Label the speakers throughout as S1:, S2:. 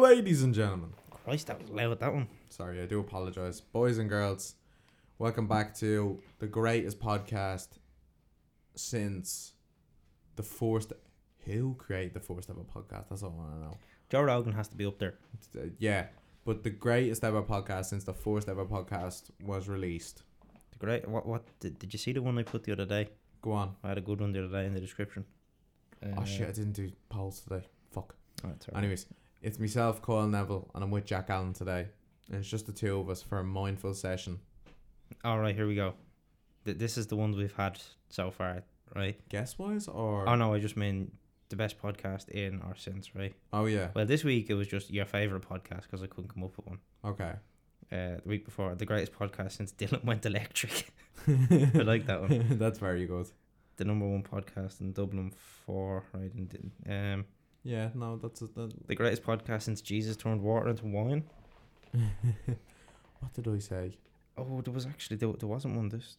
S1: Ladies and gentlemen,
S2: Christ, that was loud, that one.
S1: sorry, I do apologize. Boys and girls, welcome back to the greatest podcast since the first. Who created the first ever podcast? That's all I want to know.
S2: Joe Rogan has to be up there.
S1: uh, yeah, but the greatest ever podcast since the first ever podcast was released.
S2: The great. What? What? Did, did you see the one I put the other day?
S1: Go on.
S2: I had a good one the other day in the description. Uh,
S1: oh shit, I didn't do polls today. Fuck.
S2: Oh, it's all right.
S1: Anyways, it's myself, Coyle Neville, and I'm with Jack Allen today. And it's just the two of us for a mindful session.
S2: All right, here we go. Th- this is the ones we've had so far, right?
S1: Guess wise or
S2: Oh no, I just mean the best podcast in or since, right?
S1: oh yeah,
S2: Well, this week it was just your favorite podcast because I couldn't come up with one.
S1: okay.
S2: Uh, the week before, the greatest podcast since Dylan went electric.
S1: I
S2: like that one.
S1: That's very good.
S2: the number one podcast in Dublin for right and didn't- um
S1: Yeah, no, that's a, that.
S2: the greatest podcast since Jesus turned water into wine.
S1: What did I say?
S2: Oh, there was actually there, there wasn't one this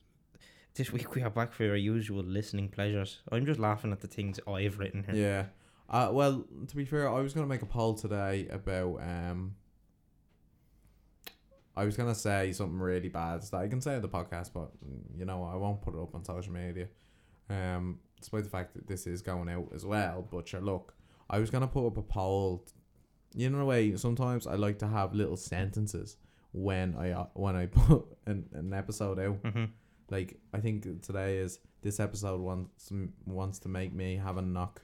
S2: this week. We are back for our usual listening pleasures. I'm just laughing at the things I've written here.
S1: Yeah. Uh, well, to be fair, I was gonna make a poll today about um. I was gonna say something really bad that I can say on the podcast, but mm, you know what, I won't put it up on social media. Um, despite the fact that this is going out as well, but sure, look, I was gonna put up a poll. You know, in a way, sometimes I like to have little sentences when I uh, when I put an, an episode out
S2: hmm
S1: like I think today is this episode wants wants to make me have a knock,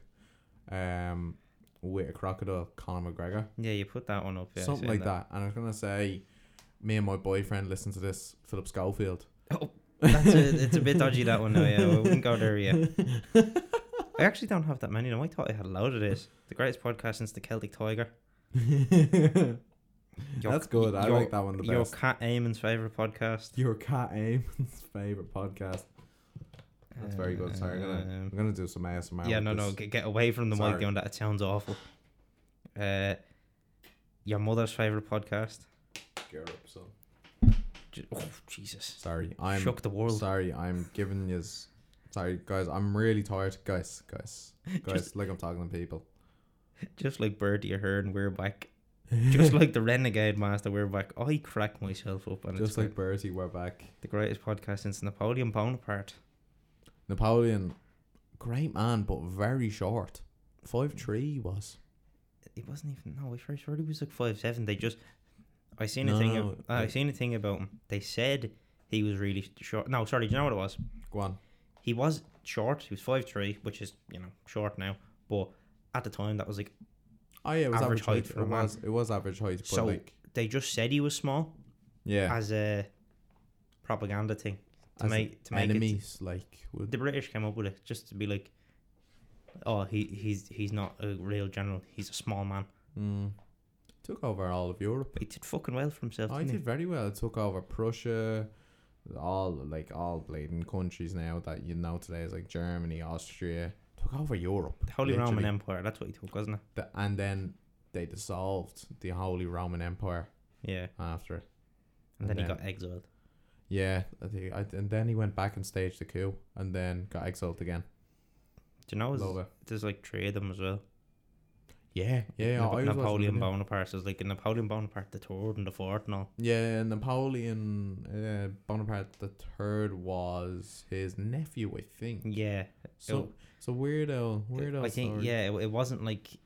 S1: um, with a crocodile, Conor McGregor,
S2: Yeah, you put that one up. Yeah, I
S1: something
S2: seen
S1: like that. And I was gonna say, me and my boyfriend listen to this Philip Schofield.
S2: Oh, that's a, it's a bit dodgy that one. No, yeah, we wouldn't go there yet. I actually don't have that many. Now I thought I had a load of this. The greatest podcast since the Celtic Tiger.
S1: That's
S2: Your-
S1: good. I
S2: your-
S1: like that one the
S2: Your
S1: best.
S2: cat Eamon's favorite podcast.
S1: Your cat Eamon's favorite podcast. That's very good. Sorry, I'm gonna, I'm
S2: Um,
S1: gonna do some ASMR.
S2: yeah,
S1: with
S2: no, no,
S1: this.
S2: get, get away from the mic
S1: Sorry.
S2: doing that. It sounds awful. Uh, your mother's favorite podcast.
S1: Gear up, son.
S2: J- Oh, Jesus.
S1: Sorry, I'm
S2: Shook the world.
S1: Sorry, I'm giving you. Sorry, guys. I'm really tired, guys. Guys, guys. like I'm talking to people.
S2: Just like Birdie Heard and We're Back. Just like the Renegade Master We're Back. I crack myself up and
S1: Just
S2: it's
S1: like
S2: like
S1: Bertie, we're back.
S2: the greatest podcast since Napoleon Bonaparte.
S1: Napoleon, great man, but very short. Five three he was.
S2: He wasn't even no, I first heard he was like five seven. They just I seen a
S1: No,
S2: thing
S1: no,
S2: ab- I
S1: like-
S2: seen a thing about him. They said he was really short. No, sorry, do you know what it was?
S1: Go on.
S2: he was short. He was five three, which is you know short now, but at the time that was like
S1: Oh yeah, it was average,
S2: Average
S1: height.
S2: height for
S1: it
S2: a man.
S1: was. It was average height, but
S2: So-
S1: like
S2: they just said he was small
S1: yeah,
S2: as a propaganda thing to
S1: as
S2: make to make it.
S1: enemies like would,
S2: The British came up with it just to be like, oh, he he's he's not a real general. He's a small man.
S1: mm, took over all of Europe.
S2: But he did fucking well for himself.
S1: I
S2: didn't
S1: did very well. It took over Prussia, all like all bleeding countries now that you know today is like Germany, Austria. Took over Europe.
S2: he? The Holy
S1: literally.
S2: Roman Empire. That's what he took, wasn't
S1: The- and then they dissolved the Holy Roman Empire
S2: it? Yeah.
S1: after it.
S2: And then he
S1: Yeah.
S2: got exiled.
S1: Yeah, I think, I, and then he went back and staged the coup, and then got exiled again.
S2: Do you know there's-
S1: Love it.
S2: there's like three of them as well?
S1: Yeah, yeah.
S2: Nap-
S1: I was watching
S2: Napoleon
S1: the-
S2: Bonaparte. So there's like a Napoleon Bonaparte the third and the fourth and all.
S1: Yeah, Napoleon uh, Bonaparte the Third was his nephew, I think.
S2: Yeah.
S1: So, so weirdo, weirdo.
S2: I think
S1: story.
S2: yeah, it, it wasn't like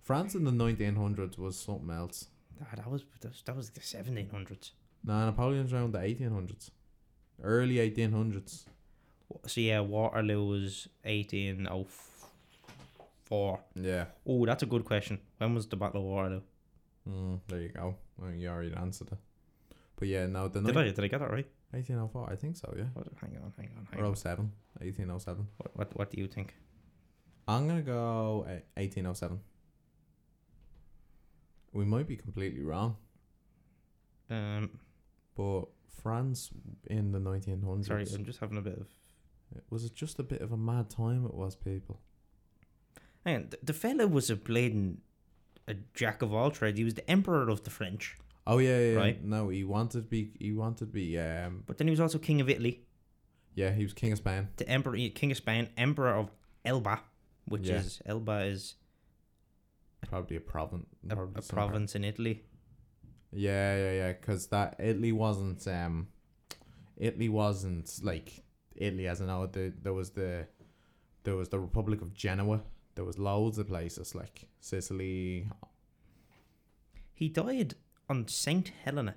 S1: France in the 1900s was something else.
S2: ah, that was that was, that was the seventeen hundreds.
S1: No, Napoleon's around the 1800s. Early 1800s.
S2: So yeah, Waterloo was eighteen oh four.
S1: Yeah.
S2: Oh, that's a good question. When was the Battle of Waterloo?
S1: Mm, there you go. Well, you already answered it. But yeah, no, the
S2: Did
S1: nine-
S2: I did I get that right?
S1: 1804, I think so, yeah.
S2: What- hang on, hang on, hang on.
S1: Or 07. 1807.
S2: What, what what do you think?
S1: I'm going to go eh, 1807. We might be completely wrong,
S2: Um,
S1: but France in the 1900s.
S2: sorry, uh, I'm just having a bit of.
S1: Was it just a bit of a mad time it was, people?
S2: Hang on, the, the fella was a bleeding, a jack of all trades. He was the emperor of the French,
S1: Oh, yeah, yeah, yeah.
S2: Right.
S1: No, he wanted to be, he wanted to be, um,
S2: but then he was also king of Italy,
S1: yeah, he was king of Spain.
S2: the emperor, king of Spain, emperor of Elba, which
S1: Yeah.
S2: is Elba is
S1: probably a province.
S2: a,
S1: probably
S2: a
S1: some pro-
S2: province in Italy.
S1: Yeah, yeah, yeah. Because that Italy wasn't um, Italy wasn't like Italy as I know it. There, there was the, there was the Republic of Genoa. There was loads of places like Sicily.
S2: He died on Saint Helena.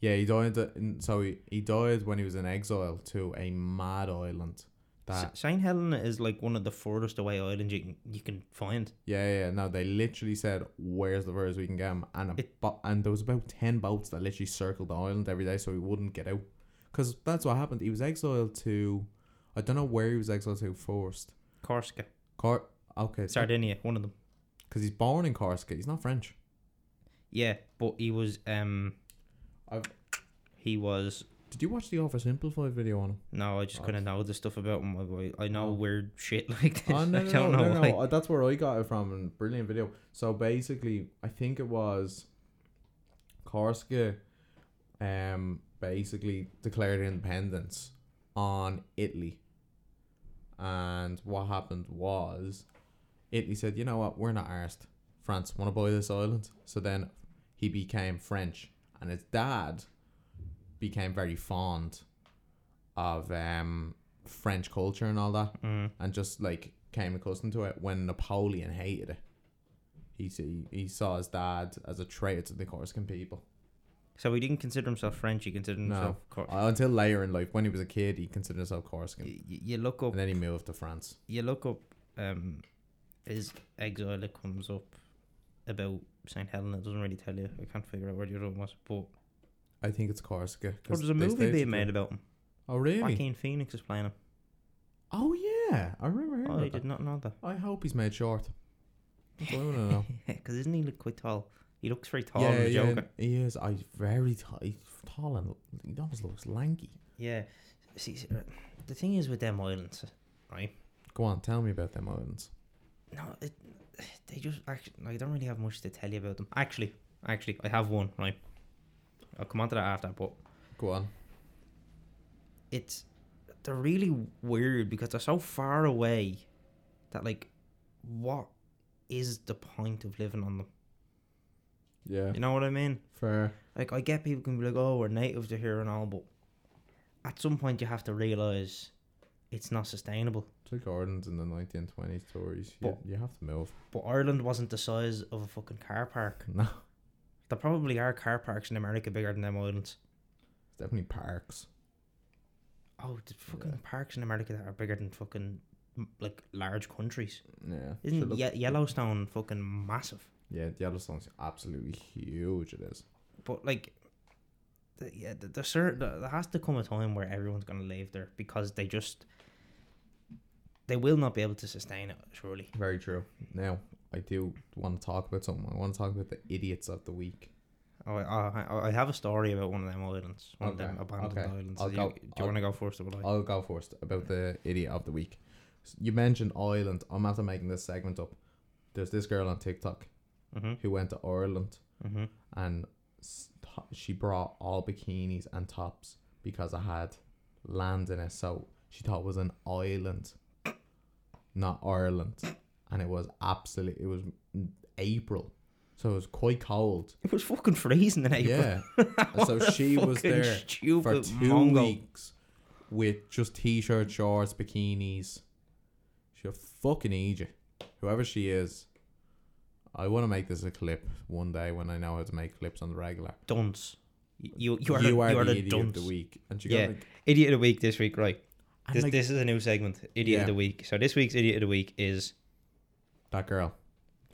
S1: Yeah, he died. uh, In, so he, he died when he was in exile to a mad island. That
S2: S- Saint Helena is like one of the furthest away islands you can you can find.
S1: Yeah, yeah. yeah. No, they literally said, "Where's the furthest we can get him?" And a
S2: It-
S1: bo- and there was about ten boats that literally circled the island every day, so he wouldn't get out. Because that's what happened. He was exiled to, I don't know where he was exiled to first.
S2: Corsica,
S1: Cor, okay,
S2: Sardinia, one of them.
S1: because he's born in Corsica. He's not French.
S2: Yeah, but he was um,
S1: I've-
S2: he was.
S1: Did you watch the oversimplified video on him?
S2: No, I just
S1: Oh.
S2: couldn't know the stuff about him. I- I, I know
S1: Oh.
S2: weird shit like this.
S1: Oh, no,
S2: I
S1: no,
S2: don't
S1: no,
S2: know
S1: no,
S2: why.
S1: no. Uh, That's where I got it from. And brilliant video. So basically, I think it was Corsica um, basically declared independence on Italy. And what happened was Italy said, you know what, we're not arsed. France, want to buy this island? So then he became French. And his dad became very fond of um, French culture and all that
S2: Mm.
S1: and just like came accustomed to it when Napoleon hated it. He see, he saw his dad as a traitor to the Corsican people.
S2: So he didn't consider himself French. He considered
S1: No.
S2: himself. Cor-
S1: Uh, Until later in life, when he was a kid, he considered himself Corsican,
S2: y- y- you look up.
S1: and then he moved to France.
S2: You look up. Um, his exile that comes up about Saint Helena. It doesn't really tell you. I can't figure out where the other one was. But
S1: I think it's Corsica. 'cause
S2: well, there's a
S1: they
S2: movie
S1: staged
S2: being
S1: it.
S2: made about him.
S1: Oh really?
S2: Joaquin Phoenix is playing him.
S1: Oh yeah, I remember. Hearing
S2: Oh,
S1: about
S2: I did
S1: that.
S2: not know that.
S1: I hope he's made short. That's what I want to know.
S2: Because isn't he look quite tall? He looks very tall in
S1: yeah,
S2: the
S1: yeah,
S2: Joker.
S1: he is. I very tall. He's tall and he almost looks lanky.
S2: Yeah. See, see, right, the thing is with them islands, right?
S1: Go on, tell me about them islands.
S2: No, it, they just actually. I don't really have much to tell you about them. Actually, actually, I have one. Right. I'll come on to that after, but
S1: Go on.
S2: it's they're really weird because they're so far away that like, what is the point of living on them?
S1: Yeah.
S2: You know what I mean?
S1: Fair.
S2: Like I get people can be like, "Oh, we're natives to here and all," but at some point you have to realize it's not sustainable.
S1: Took Ireland in the 1920s Tories. You,
S2: But-
S1: you have to move.
S2: But Ireland wasn't the size of a fucking car park.
S1: No, it's
S2: There probably are car parks in America bigger than them islands.
S1: definitely parks.
S2: Oh, the fucking parks in America that are bigger than fucking m- like large countries.
S1: Yeah.
S2: Isn't
S1: Sure,
S2: Ye-
S1: look-
S2: Yellowstone fucking massive?
S1: Yeah, Yellowstone's absolutely huge. It is.
S2: But like, the, yeah, the, the, cer- the there has to come a time where everyone's gonna leave there because they just they will not be able to sustain it. Surely.
S1: Very true. Now, I do want to talk about something. I want to talk about the idiots of the week.
S2: Oh, I, I, I have a story about one of them islands, one of them
S1: Okay,
S2: abandoned
S1: okay.
S2: islands.
S1: I'll
S2: do
S1: go-
S2: you, do you
S1: I'll-
S2: want to go first of all?
S1: I'll go first about the idiot of the week. S- You mentioned Ireland. I'm after making this segment up. There's this girl on TikTok
S2: Mm-hmm.
S1: who went to Ireland
S2: Mm-hmm.
S1: and s- to- she brought all bikinis and tops because I had land in it. So she thought it was an island, not Ireland, and it was absolutely it was April, so it was quite cold.
S2: It was fucking freezing in April.
S1: Yeah, And so she was
S2: Fucking
S1: there
S2: stupid
S1: for two
S2: Mongo.
S1: weeks with just t-shirts, shorts, bikinis. She a fucking idiot, whoever she is. I want to make this a clip one day when I know how to make clips on the regular.
S2: Dunce. You you are you are, the,
S1: idiot
S2: dunce.
S1: of the week, and she
S2: Yeah.
S1: got like,
S2: Idiot of the week this week, right?
S1: and
S2: This,
S1: like
S2: this is a new segment. Idiot
S1: Yeah.
S2: of the week. So this week's idiot of the week is
S1: that girl.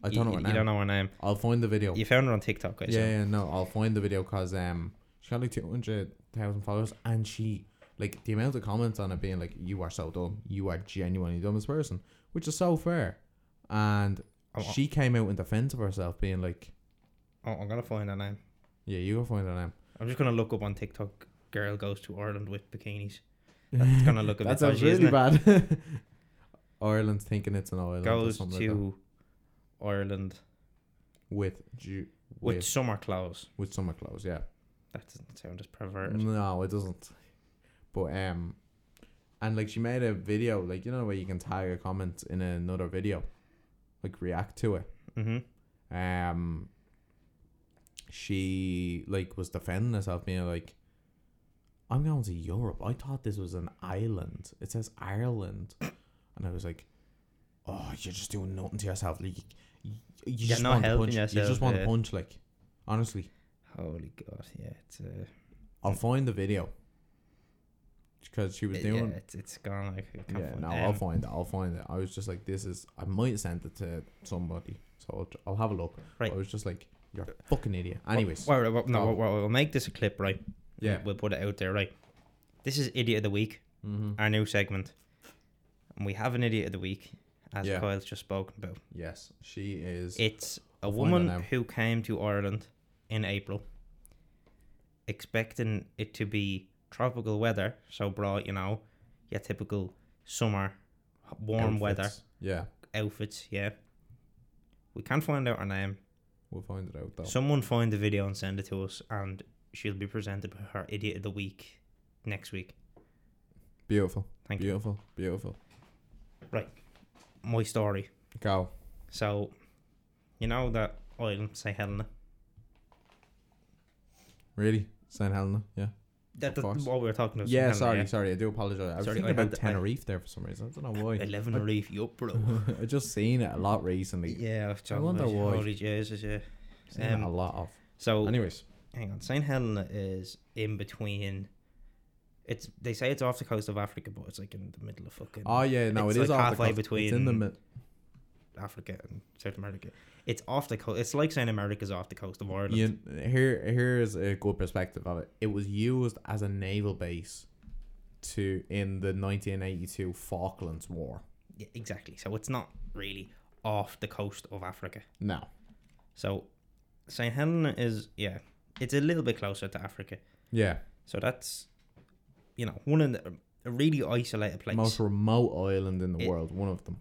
S1: I
S2: you-
S1: don't know
S2: you,
S1: her
S2: you
S1: name.
S2: don't know her name.
S1: I'll find the video.
S2: You found her on TikTok, I
S1: yeah,
S2: yeah.
S1: yeah, no, I'll find the video because um, she got like two hundred thousand followers, and she like the amount of comments on it being like, "You are so dumb. You are genuinely the dumbest person," which is so fair. And
S2: Oh, oh.
S1: she came out in defense of herself, being like,
S2: Oh, I'm gonna find her name.
S1: "Yeah, you go find her name."
S2: I'm just gonna look up on TikTok. Girl goes to Ireland with bikinis. That's gonna look a bit dodgy, isn't it?
S1: bad. Ireland's thinking it's an island. or
S2: Goes
S1: something like that.
S2: to Ireland
S1: with ju-
S2: with
S1: with
S2: summer clothes.
S1: with summer clothes. Yeah.
S2: That doesn't sound as perverted.
S1: No, it doesn't. But um, and like she made a video, like you know where you can tag a comment in another video, like react to it.
S2: Mm-hmm.
S1: um, she like was defending herself, being like, "I'm going to Europe. I thought this was an island. It says Ireland," and I was like, "Oh, you're just doing nothing to yourself. Like, you, you
S2: You're
S1: just
S2: not
S1: want to
S2: helping
S1: punch. you
S2: yourself,
S1: just want
S2: yeah.
S1: to punch. Like, honestly,
S2: Holy God, yeah, it's uh,
S1: I'll find the video because she was
S2: it-
S1: doing."
S2: Uh, yeah, it's, it's gone like I can't
S1: Yeah,
S2: find-
S1: no, I'll
S2: um,
S1: find it. I'll find it. I was just like, this is. I might have sent it to somebody, so I'll, tr- I'll have a look.
S2: Right.
S1: I was just like, you're a fucking idiot. Anyways,
S2: Well, well,
S1: go.
S2: no, well, well, we'll make this a clip, right?
S1: Yeah.
S2: We'll put it out there, right? This is Idiot of the Week,
S1: Mm-hmm.
S2: our new segment. And we have an Idiot of the Week, as
S1: Yeah.
S2: Kyle's just spoken about.
S1: yes, she is.
S2: It's a
S1: I'll find it
S2: woman
S1: now.
S2: who came to Ireland in April, expecting it to be tropical weather, so brought, you know, your typical summer h- warm weather
S1: outfits. Yeah,
S2: outfits, yeah. We can't find out her name.
S1: we'll find it out though.
S2: Someone find the video and send it to us, and she'll be presented with her idiot of the week next week.
S1: beautiful,
S2: Thank you.
S1: beautiful, beautiful.
S2: My story.
S1: Go.
S2: So, you know that island, St. Helena.
S1: Really, St Helena. Yeah.
S2: That,
S1: Of
S2: that
S1: course.
S2: what we were talking about. St.
S1: Yeah.
S2: Helena,
S1: Sorry, sorry. I do apologize. I was
S2: Sorry,
S1: thinking
S2: I had
S1: about
S2: the- I-
S1: Tenerife there for some reason. I don't know why.
S2: Eleven or eight, yup, bro.
S1: I just seen it a lot recently.
S2: yeah, I've
S1: I wonder
S2: about it.
S1: why.
S2: Holy Jesus, yeah.
S1: Seen it
S2: Um,
S1: a lot of.
S2: So,
S1: Anyways,
S2: hang on. St. Helena is in between. It's they say it's off the coast of Africa, but it's like in the middle of fucking
S1: oh yeah, no,
S2: it's
S1: it is
S2: like
S1: off the
S2: halfway
S1: coast. It's in the
S2: between-
S1: mid-
S2: Africa and South America. It's off the coast. It's like saying America's off the coast of Ireland.
S1: You, here, here is a good perspective of it. It was used as a naval base to in the 1982 Falklands War.
S2: Yeah, exactly. So it's not really off the coast of Africa.
S1: No,
S2: So St. Helena is, yeah, it's a little bit closer to Africa.
S1: yeah,
S2: So that's, you know, one of the, a really isolated place.
S1: most remote island in the
S2: It-
S1: world, one of them.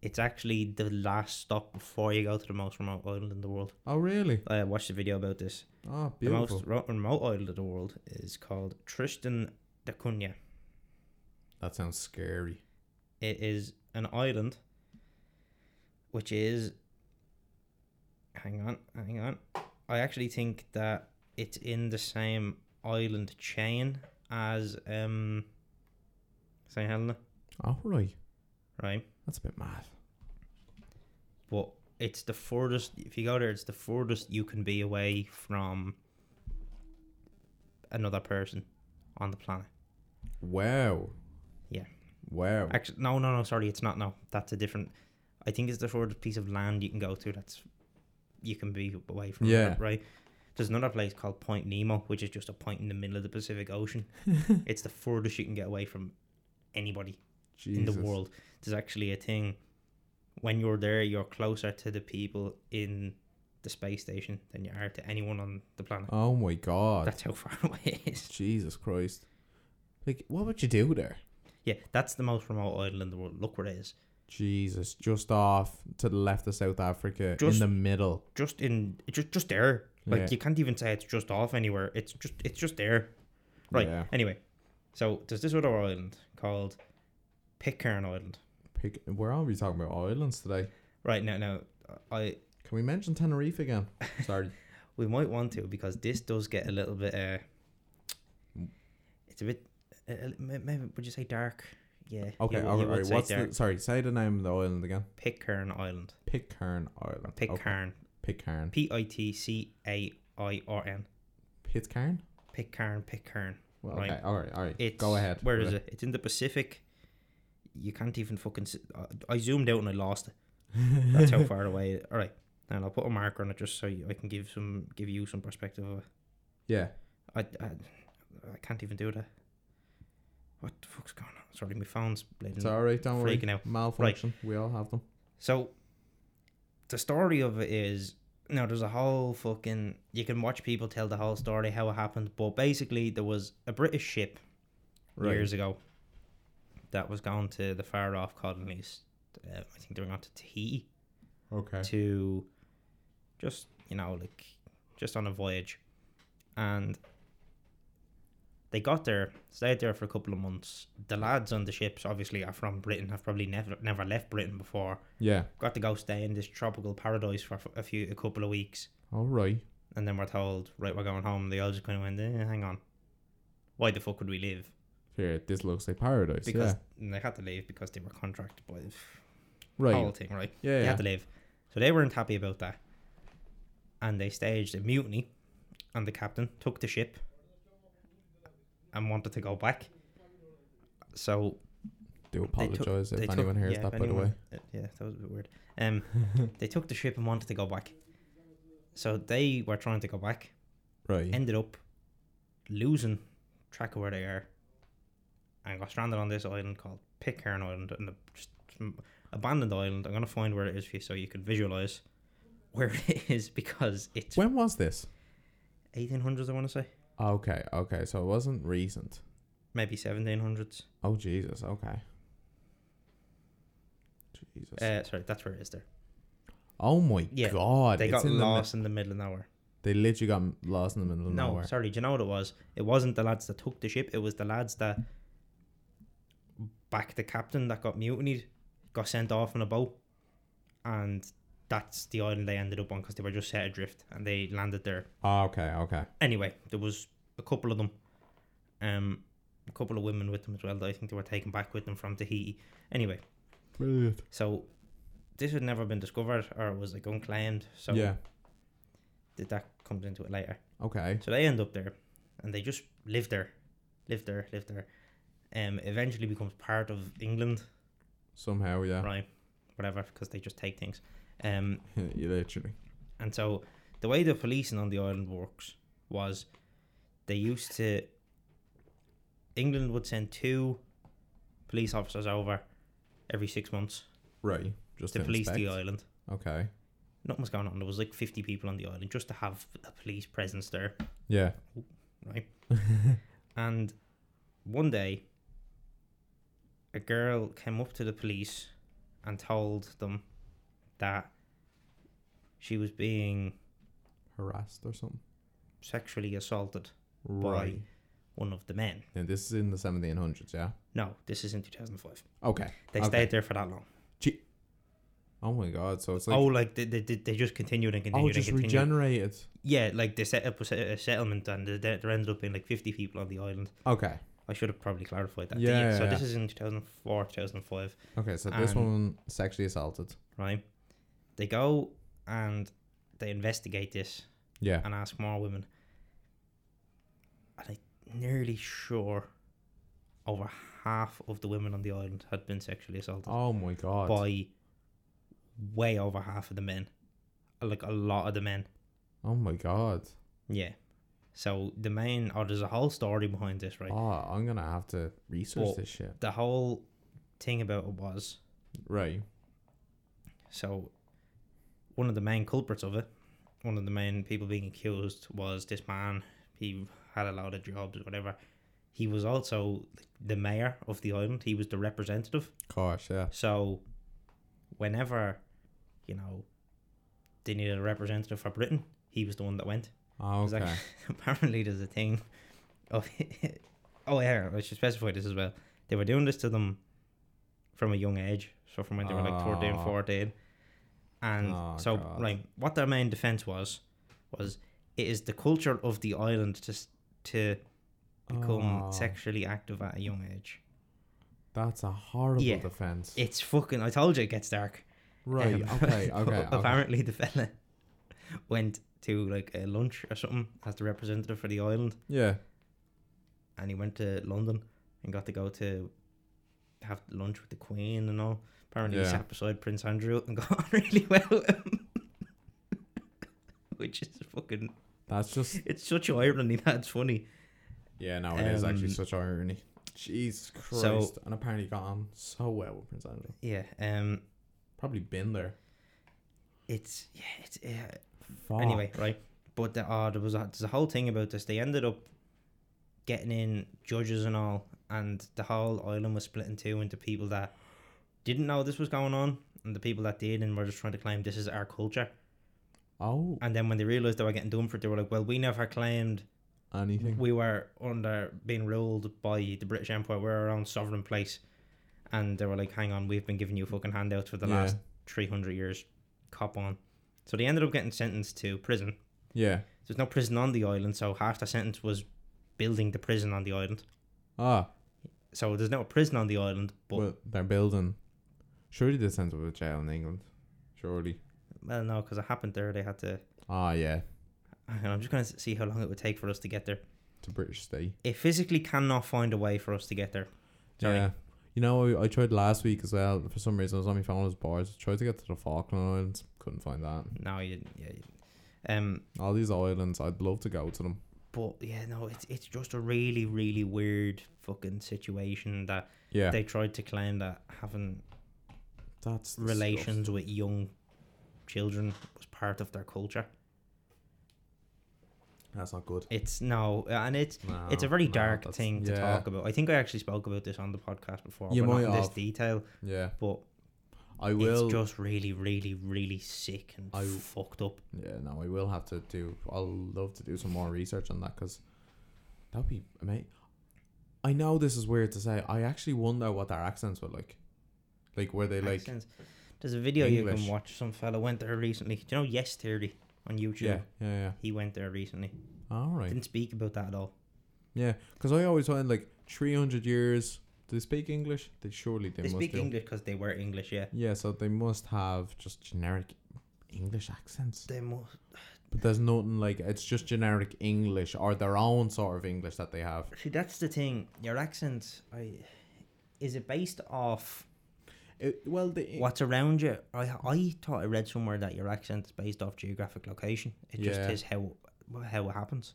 S2: It's actually the last stop before you go to the most remote island in the world.
S1: Oh really?
S2: I watched a video about this.
S1: Oh,
S2: The
S1: beautiful.
S2: most ro- remote island in the world is called Tristan da Cunha.
S1: That sounds scary.
S2: It is an island, which is. Hang on, hang on. I actually think that it's in the same island chain as um, St. Helena,
S1: All right,
S2: right?
S1: that's a bit mad.
S2: But it's the furthest. If you go there, it's the furthest you can be away from another person on the planet.
S1: Wow.
S2: Yeah.
S1: Wow.
S2: Actually, no, no, no. Sorry, it's not. No, that's a different. I think it's the furthest piece of land you can go to. That's you can be away from.
S1: Yeah.
S2: right. There's another place called Point Nemo, which is just a point in the middle of the Pacific Ocean. it's the furthest you can get away from anybody
S1: Jesus.
S2: in the world. There's actually a thing. When you're there, you're closer to the people in the space station than you are to anyone on the planet.
S1: Oh my God.
S2: That's how far away it is.
S1: Jesus Christ. Like, what would you do there?
S2: Yeah, that's the most remote island in the world. Look where it is.
S1: Jesus, just off to the left of South Africa, in
S2: Just-
S1: the middle.
S2: just in just just there. Like
S1: Yeah.
S2: you can't even say it's just off anywhere. It's just it's just there. Right.
S1: Yeah.
S2: Anyway, so there's this other island called Pitcairn Island.
S1: Pick, where are we talking about islands today?
S2: Right now, now I
S1: Can we mention Tenerife again? Sorry.
S2: we might want to because this does get a little bit. Uh, it's a bit. Uh, uh, may- maybe would you say dark? Yeah.
S1: Okay,
S2: You,
S1: all
S2: you
S1: right.
S2: would say
S1: What's
S2: dark.
S1: the, sorry, say the name of the island again.
S2: Pitcairn Island?
S1: Pitcairn Island.
S2: Pitcairn.
S1: Okay. Pitcairn.
S2: P i t c a i r n.
S1: Pitcairn?
S2: Pitcairn. Pitcairn.
S1: Well,
S2: Right.
S1: okay, all right, all right.
S2: It's,
S1: Go ahead.
S2: Where is
S1: with
S2: it? It's in the Pacific. You can't even fucking. See, I, I zoomed out and I lost it. That's how far away. it- All right, and I'll put a marker on it just so you, I can give some give you some perspective of it.
S1: Yeah.
S2: I, I, I can't even do that. What the fuck's going on? Sorry, my phone's bleeding.
S1: It's all right, don't worry.
S2: freaking out.
S1: Malfunction. We all have them.
S2: So, the story of it is now there's a whole fucking. You can watch people tell the whole story how it happened, but basically there was a British ship
S1: Right.
S2: years ago that was going to the far off colonies. Uh, I think they were going to Tahiti
S1: Okay.
S2: to just you know like just on a voyage, and They got there, stayed there for a couple of months. The lads on the ships obviously are from Britain, have probably never never left Britain before.
S1: Yeah.
S2: Got to go stay in this tropical paradise for a few a couple of weeks,
S1: All right.
S2: and then we're told, right, we're going home. They all just kind of went, eh, hang on, why the fuck would we leave?
S1: Here, this looks like paradise.
S2: Because
S1: yeah.
S2: and they had to leave because they were contracted by the
S1: Right.
S2: whole thing, right?
S1: yeah.
S2: They
S1: yeah.
S2: had to leave. So they weren't happy about that. And they staged a mutiny. And the captain took the ship and wanted to go back. So
S1: Do
S2: they took-
S1: apologize
S2: they
S1: if
S2: took-
S1: anyone hears
S2: yeah,
S1: that,
S2: if
S1: by the way.
S2: anyone- uh, Yeah, that was a bit weird. Um, they took the ship and wanted to go back. So they were trying to go back,
S1: Right.
S2: ended up losing track of where they are, and got stranded on this island called Pitcairn Island, an ab- just some abandoned island. I'm gonna find where it is for you so you can visualize where it is because it's
S1: when was this?
S2: 1800s. I want to say
S1: Okay, okay. So it wasn't recent.
S2: maybe 1700s.
S1: Oh Jesus. Okay. Jesus.
S2: Uh, sorry, that's where it is. There,
S1: oh my
S2: yeah,
S1: God.
S2: they
S1: it's
S2: got
S1: in the mi-
S2: lost in the middle of nowhere.
S1: they literally got m- lost in the middle of
S2: No,
S1: nowhere.
S2: sorry. Do you know what it was? It wasn't the lads that took the ship. It was the lads that backed the captain that got mutinied, got sent off on a boat, and that's the island they ended up on because they were just set adrift and they landed there.
S1: Oh, okay, okay.
S2: Anyway, there was a couple of them, um, a couple of women with them as well. That I think they were taken back with them from Tahiti. Anyway,
S1: Brilliant.
S2: so this had never been discovered or was like unclaimed. So
S1: yeah.
S2: th- that comes into it later.
S1: Okay.
S2: So they end up there, and they just live there, live there, live there. Um, eventually becomes part of England,
S1: Somehow, yeah.
S2: right? Whatever, because they just take things. Um,
S1: you literally.
S2: and so the way the policing on the island works was they used to. England would send two police officers over every six months
S1: Right. Just
S2: to
S1: to
S2: police the
S1: inspect.
S2: island.
S1: Okay.
S2: Nothing was going on. There was like fifty people on the island just to have a police presence there.
S1: Yeah.
S2: right? and one day, a girl came up to the police and told them that she was being
S1: Harassed or something.
S2: sexually assaulted
S1: Right.
S2: one of the men.
S1: And this is in the 1700s, yeah.
S2: No, this is in 2005.
S1: Okay.
S2: They
S1: Okay.
S2: stayed there for that long.
S1: Oh my God. So it's like
S2: oh, like they, they, they just continued and
S1: oh,
S2: continued
S1: just
S2: and continued.
S1: regenerated.
S2: yeah, like they set up a se- a settlement and there- there ended up being like 50 people on the island.
S1: Okay.
S2: I should have probably clarified that.
S1: Yeah,
S2: So
S1: yeah,
S2: this is in 2004, 2005.
S1: Okay. So this
S2: And-
S1: one sexually assaulted.
S2: right? They go and they investigate this
S1: Yeah.
S2: and ask more women. And I'm nearly sure over half of the women on the island had been sexually assaulted
S1: Oh my God.
S2: by way over half of the men. Like a lot of the men.
S1: Oh my God.
S2: Yeah. So the main, oh, there's a whole story behind this, right?
S1: Oh, I'm gonna have to research
S2: Well-
S1: this shit.
S2: The whole thing about it was
S1: Right.
S2: So, one of the main culprits of it, one of the main people being accused was this man. He had a lot of jobs, whatever. He was also the mayor of the island. He was the representative.
S1: Gosh, yeah.
S2: So, whenever, you know, they needed a representative for Britain, he was the one that went.
S1: Oh,
S2: 'Cause
S1: okay.
S2: ac- apparently, there's a thing. Of oh yeah, I should specify this as well. They were doing this to them from a young age, so from when they were like 13,
S1: Oh.
S2: 14. and
S1: Oh,
S2: so
S1: God.
S2: right, what their main defense was was it is the culture of the island to s- to become
S1: Oh,
S2: sexually active at a young age.
S1: That's a horrible
S2: Yeah.
S1: defense.
S2: It's fucking. I told you it gets dark.
S1: right.
S2: Um,
S1: okay.
S2: but
S1: Okay. okay.
S2: Apparently, the fella went to like a lunch or something as the representative for the island.
S1: Yeah.
S2: and he went to London and got to go to have lunch with the Queen and all. Apparently,
S1: Yeah.
S2: he sat beside Prince Andrew and got on really well with him. Which is fucking.
S1: That's just.
S2: It's such irony that's funny.
S1: Yeah. No, it is actually
S2: Um,
S1: such irony. Jesus Christ.
S2: so-
S1: and apparently got on so well with Prince Andrew.
S2: Yeah. Um.
S1: Probably been there.
S2: It's yeah. It's yeah.
S1: Fuck.
S2: anyway, right? But the, oh, there was a, there's a whole thing about this. They ended up getting in judges and all, and the whole island was split in two into people that didn't know this was going on, and the people that did, and were just trying to claim this is our culture.
S1: Oh.
S2: And then when they realized they were getting done for it, they were like, "Well, we never claimed
S1: anything.
S2: we were under being ruled by the British Empire. We're our own sovereign place, and they were like, "Hang on, we've been giving you fucking handouts for the
S1: Yeah.
S2: last three hundred years. Cop on." So they ended up getting sentenced to prison.
S1: Yeah.
S2: There's no prison on the island, so half the sentence was building the prison on the island.
S1: Ah,
S2: So there's no prison on the island, but well,
S1: well, they're building. Surely this ends up with a jail in England. Surely.
S2: no, 'cause no, because it happened there. They had to.
S1: Ah, yeah.
S2: Hang on, I'm just gonna see how long it would take for us to get there.
S1: It's a British state.
S2: It physically cannot find a way for us to get there. Sorry.
S1: Yeah. You know, I, I tried last week as well. For some reason, I was on my phone, I was bored. I tried to get to the Falkland Islands. Couldn't find that.
S2: No, you, yeah, you- um,
S1: All these islands, I'd love to go to them.
S2: but yeah, no, it's it's just a really really weird fucking situation that
S1: Yeah.
S2: they tried to claim that having
S1: that's the
S2: relations with young children was part of their culture.
S1: stuff. That's not good.
S2: It's no, and it's it's a
S1: No,
S2: very
S1: no,
S2: dark
S1: that's-
S2: thing to
S1: yeah.
S2: talk about. I think I actually spoke about this on the podcast before.
S1: You
S2: We're not
S1: might
S2: in this
S1: have.
S2: detail,
S1: Yeah.
S2: but
S1: I will.
S2: it's just really, really, really sick and
S1: I-
S2: fucked up.
S1: Yeah, no, I will have to do. I'll love to do some more research on that because that would be amazing. I know this is weird to say. I actually wonder what their accents were like. Like, were they like.
S2: Accents. There's a video you
S1: English.
S2: can watch. Some fella went there recently. Do you know Yes Theory on YouTube?
S1: Yeah, yeah, yeah.
S2: He went there recently.
S1: All right.
S2: Didn't speak about that at all.
S1: Yeah, because I always find like 300 years. Do they speak English? They surely they,
S2: They,
S1: must
S2: speak
S1: do.
S2: English because they were English, yeah.
S1: Yeah, so they must have just generic English accents.
S2: They must.
S1: But there's nothing like it's just generic English or their own sort of English that they have.
S2: See, that's the thing. Your accent, I, is it based off
S1: It, well, the
S2: what's around you? I I thought I read somewhere that your accent is based off geographic location. It just
S1: Yeah.
S2: is how how it happens.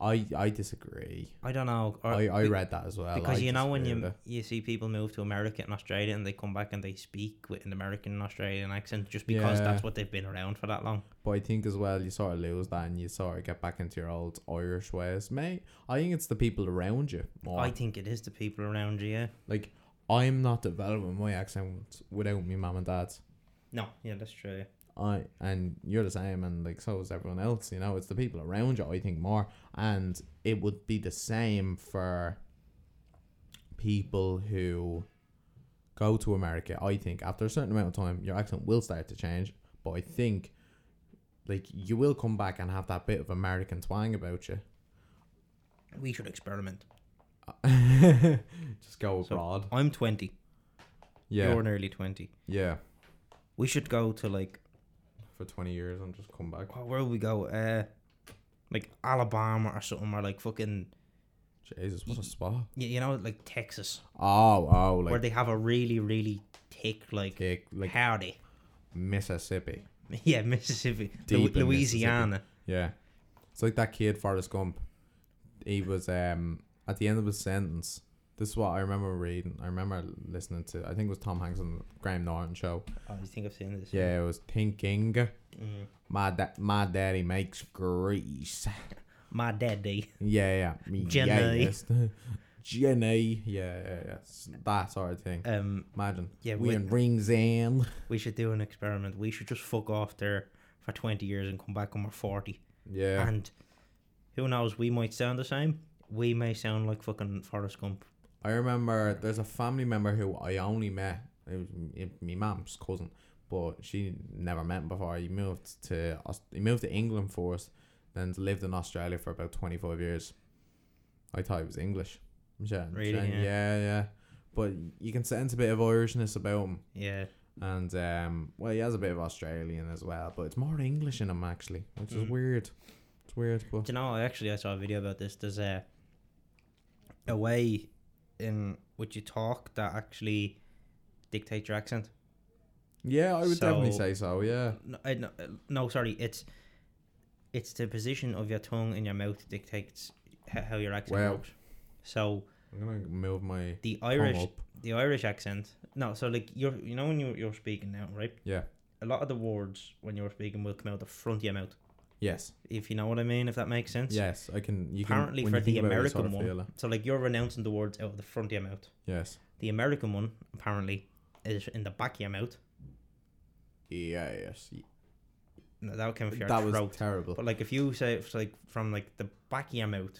S1: I I disagree.
S2: I don't know. or-
S1: I, I
S2: be-
S1: read that uh, as well.
S2: because
S1: I
S2: you know when
S1: disagree
S2: you
S1: with it.
S2: you see people move to America and Australia and they come back and they speak with an American and Australian accent just because
S1: Yeah.
S2: that's what they've been around for that long.
S1: But I think as well you sort of lose that and you sort of get back into your old Irish ways. Mate, I think it's the people around you more.
S2: I think it is the people around you. Yeah.
S1: like I'm not developing my accent without me mum and dad.
S2: No, yeah, that's true.
S1: I and you're the same and like so is everyone else, you know, it's the people around you I think more. And it would be the same for people who go to America, I think, after a certain amount of time, your accent will start to change. But I think like you will come back and have that bit of American twang about you.
S2: We should experiment.
S1: Just go abroad.
S2: I'm 20.
S1: yeah.
S2: You're nearly 20.
S1: yeah.
S2: We should go to like
S1: For twenty years and just come back.
S2: oh, where would we go? Uh, like Alabama or something, or like fucking
S1: Jesus, what a spot.
S2: you, you know like Texas,
S1: Oh, oh,
S2: where
S1: like
S2: they have a really really thick like
S1: kick, like
S2: howdy.
S1: Mississippi.
S2: Yeah, Mississippi,
S1: Deep
S2: Lu-
S1: in Mississippi.
S2: Louisiana.
S1: Yeah. It's like that kid Forrest Gump. He was um at the end of his sentence. This is what I remember reading. I remember listening to I think it was Tom Hanks on the Graham Norton show.
S2: Oh, you think I've seen this?
S1: Yeah, it was thinking
S2: Mm.
S1: my da- my daddy makes grease.
S2: My daddy.
S1: Yeah, yeah.
S2: Jenny.
S1: Yes. Jenny. Yeah, yeah, yeah. S- That sort of thing.
S2: Um,
S1: Imagine.
S2: yeah,
S1: We
S2: we,
S1: in rings in.
S2: we should do an experiment. We should just fuck off there for 20 years and come back when we're 40.
S1: Yeah.
S2: And who knows, we might sound the same. We may sound like fucking Forrest Gump.
S1: I remember there's a family member who I only met. It was m- it, my mom's cousin, but she never met him before. He moved to Aus- he moved to England first, then lived in Australia for about twenty five years. I thought he was English. Yeah,
S2: Really,
S1: yeah,
S2: yeah.
S1: yeah, yeah. But you can sense a bit of Irishness about him,
S2: Yeah.
S1: and um, well, he has a bit of Australian as well, but it's more English in him actually, which is
S2: Mm.
S1: weird. It's weird, but
S2: Do you know, I actually I saw a video about this. There's a, a way in which you talk that actually dictates your accent.
S1: yeah, I would definitely
S2: So-
S1: say so. Yeah,
S2: No, I, no, uh, no, sorry. It's it's the position of your tongue in your mouth dictates h- how your accent
S1: Wow.
S2: works. So
S1: I'm gonna move my
S2: the Irish,
S1: up.
S2: the Irish accent. No, so like you're, you know, when you're, you're speaking now, right?
S1: yeah
S2: A lot of the words when you're speaking will come out the front of your mouth,
S1: yes.
S2: if you know what I mean. If that makes sense.
S1: Yes, I can. You
S2: Apparently,
S1: can,
S2: for
S1: when
S2: the
S1: you think about it, you sort
S2: American
S1: of feel
S2: one,
S1: it.
S2: so like you're renouncing the words out of the front of your mouth.
S1: Yes.
S2: The American one, apparently, is in the back of your mouth.
S1: Yes.
S2: no, that would come from your
S1: that was
S2: throat.
S1: terrible.
S2: But like if you say it's like from like the back of your mouth,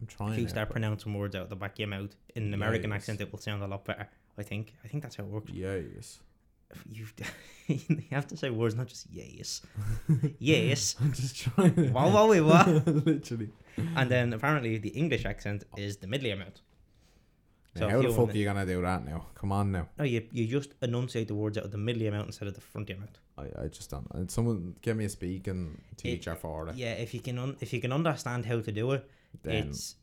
S1: I'm trying.
S2: if you
S1: now,
S2: start
S1: but-
S2: pronouncing words out the back of your mouth in an American
S1: Yes.
S2: accent, it will sound a lot better. I think. I think that's how it works.
S1: Yes.
S2: You you have to say words, not just yes, yes.
S1: I'm just trying. To...
S2: Wow, wow, wait, what?
S1: Literally.
S2: And then apparently the English accent is the middle amount. So
S1: Now,
S2: if
S1: how the
S2: you
S1: fuck
S2: wanna-
S1: are you gonna do that now? Come on now.
S2: No, you, you just enunciate the words out of the middle amount instead of the front amount.
S1: I, I just don't. and Someone give me a speaking teacher for it.
S2: Yeah, if you can un- if you can understand how to do it,
S1: Then
S2: it's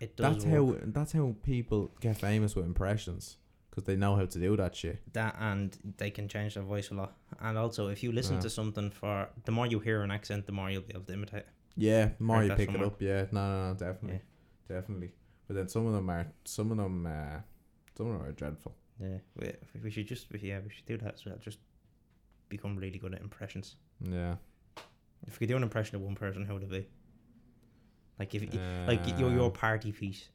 S2: it does
S1: that's
S2: work.
S1: how that's how people get famous with impressions because they know how to do that shit.
S2: that and they can change their voice a lot. And also, if you listen
S1: Yeah.
S2: to something for the more you hear an accent, the more you'll be able to imitate. it.
S1: Yeah, more
S2: Heard
S1: you
S2: that
S1: pick
S2: somewhere.
S1: it up. Yeah, no, no, no, definitely, definitely. But then some of them are, some of them, uh, some of them are dreadful.
S2: Yeah, we, we should just yeah we should do that as well. Just become really good at impressions.
S1: Yeah.
S2: If we could do an impression of one person, who would it be? Like if like you're your
S1: Um,
S2: party piece,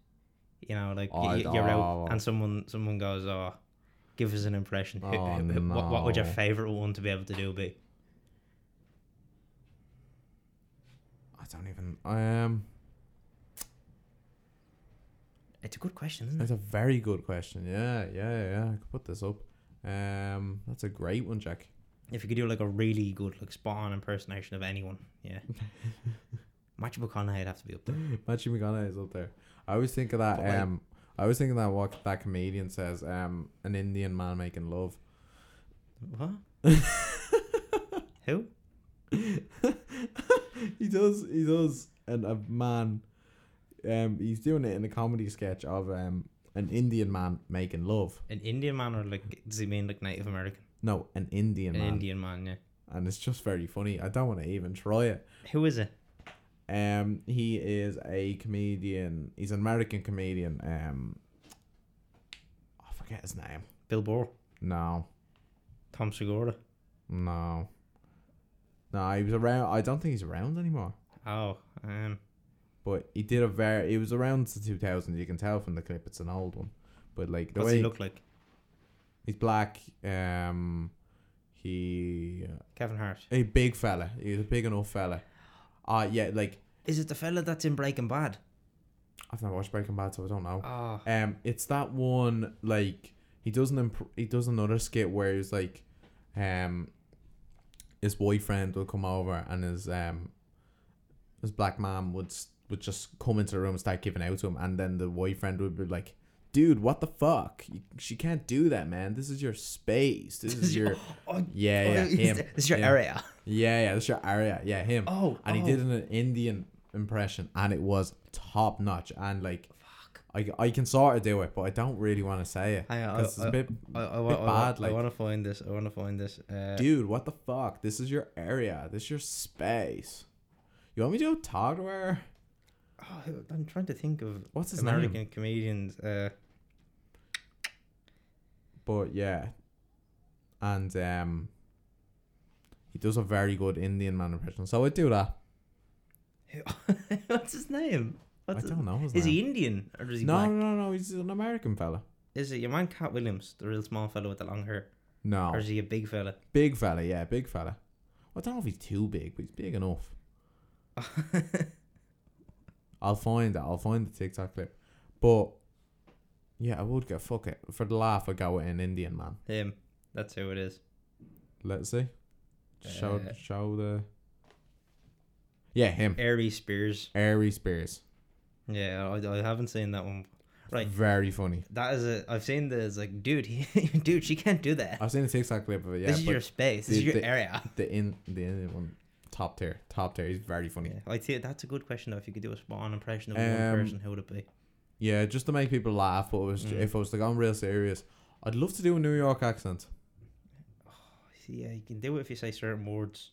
S2: you know, like
S1: Oh,
S2: you,
S1: I'd-
S2: you're
S1: oh.
S2: out and someone someone goes, "Oh, give us an impression." Who-
S1: Oh,
S2: who- what, what would your
S1: no.
S2: favorite one to be able to do be?
S1: I don't even. Um,
S2: It's a good question, isn't it?
S1: that's a very good question. Yeah, yeah, yeah. I could put this up. Um, that's a great one, Jack.
S2: If you could do like a really good, like spot on impersonation of anyone, yeah. Matthew McConaughey'd have to be up there.
S1: Matthew McConaughey is up there. I always think of that.
S2: But, like-
S1: um, I always think of that. What that comedian says. Um, an Indian man making love.
S2: What? Who?
S1: He does. He does. And a man, um, he's doing it in a comedy sketch of um an Indian man making love.
S2: An Indian man or like does he mean like Native American?
S1: No, an Indian
S2: An
S1: man,
S2: Indian man, yeah.
S1: and it's just very funny. I don't want to even try it.
S2: Who is it?
S1: Um, he is a comedian. He's an American comedian. Um, oh, I forget his name.
S2: Bill Burr,
S1: No,
S2: Tom Segura.
S1: no, no. He was around. I don't think he's around anymore.
S2: Oh, um,
S1: But he did a very. It was around the two thousand. You can tell from the clip. It's an old one. But like the
S2: what's
S1: way
S2: he look like?
S1: he's black. Um, he uh,
S2: Kevin Hart.
S1: a big fella. He's a big enough fella. Uh yeah. Like
S2: Is it the fella that's in Breaking Bad?
S1: I've never watched Breaking Bad, so I don't know.
S2: Oh,
S1: Um, it's that one like he does an imp- he does another skit where he's like, um, his boyfriend will come over and his um, his black man would s- would just come into the room and start giving out to him, and then the boyfriend would be like. Dude, what the fuck? You, she can't do that, man. This is your space. This is your
S2: oh,
S1: yeah, yeah, him.
S2: This is your
S1: yeah.
S2: area.
S1: Yeah, yeah, that's your area. Yeah, him.
S2: Oh,
S1: and he
S2: oh.
S1: did an Indian impression, and it was top notch. And like, I, I can sort of do it, but I don't really want to say it
S2: Hang on, uh,
S1: 'cause it's
S2: I-
S1: a bit,
S2: I, I,
S1: bit bad. like,
S2: want to find this. I want to find this. Uh,
S1: dude, what the fuck? This is your area. This is your space. You want me to do Togware?
S2: oh, I'm trying to think of
S1: What's his
S2: American
S1: name?
S2: comedians. Uh,
S1: But yeah, and um, he does a very good Indian man impression. So I do that.
S2: who- what's his name? What's
S1: I
S2: his,
S1: don't know. His
S2: is
S1: name.
S2: he Indian or is he
S1: No,
S2: black?
S1: no, no, no. He's an American fella.
S2: Is it your man Cat Williams, the real small fella with the long hair,
S1: No,
S2: or is he a big fella?
S1: Big fella, yeah, big fella. I don't know if he's too big, but he's big enough. I'll find it. I'll find the TikTok clip. But yeah, I would go fuck it for the laugh. I go with an Indian man.
S2: Him. That's who it is.
S1: Let's see. Show
S2: Uh,
S1: show the. Yeah, him.
S2: Airy Spears.
S1: Airy Spears.
S2: Yeah, I, I haven't seen that one. Right.
S1: Very funny.
S2: That is a. I've seen this. Like, dude, he, dude, she can't do that.
S1: I've seen the TikTok clip of it. Yeah,
S2: this is
S1: but
S2: your space. This
S1: the-
S2: is your
S1: the-
S2: area.
S1: the in the Indian one, top tier, top tier. He's very funny.
S2: Yeah, I think that's a good question though. If you could do a spot on impression of one
S1: Um,
S2: person, who would it be?
S1: Yeah, just to make people laugh. But it was,
S2: Mm.
S1: if I was to go on real serious, I'd love to do a New York accent.
S2: See, Yeah, you can do it if you say certain words.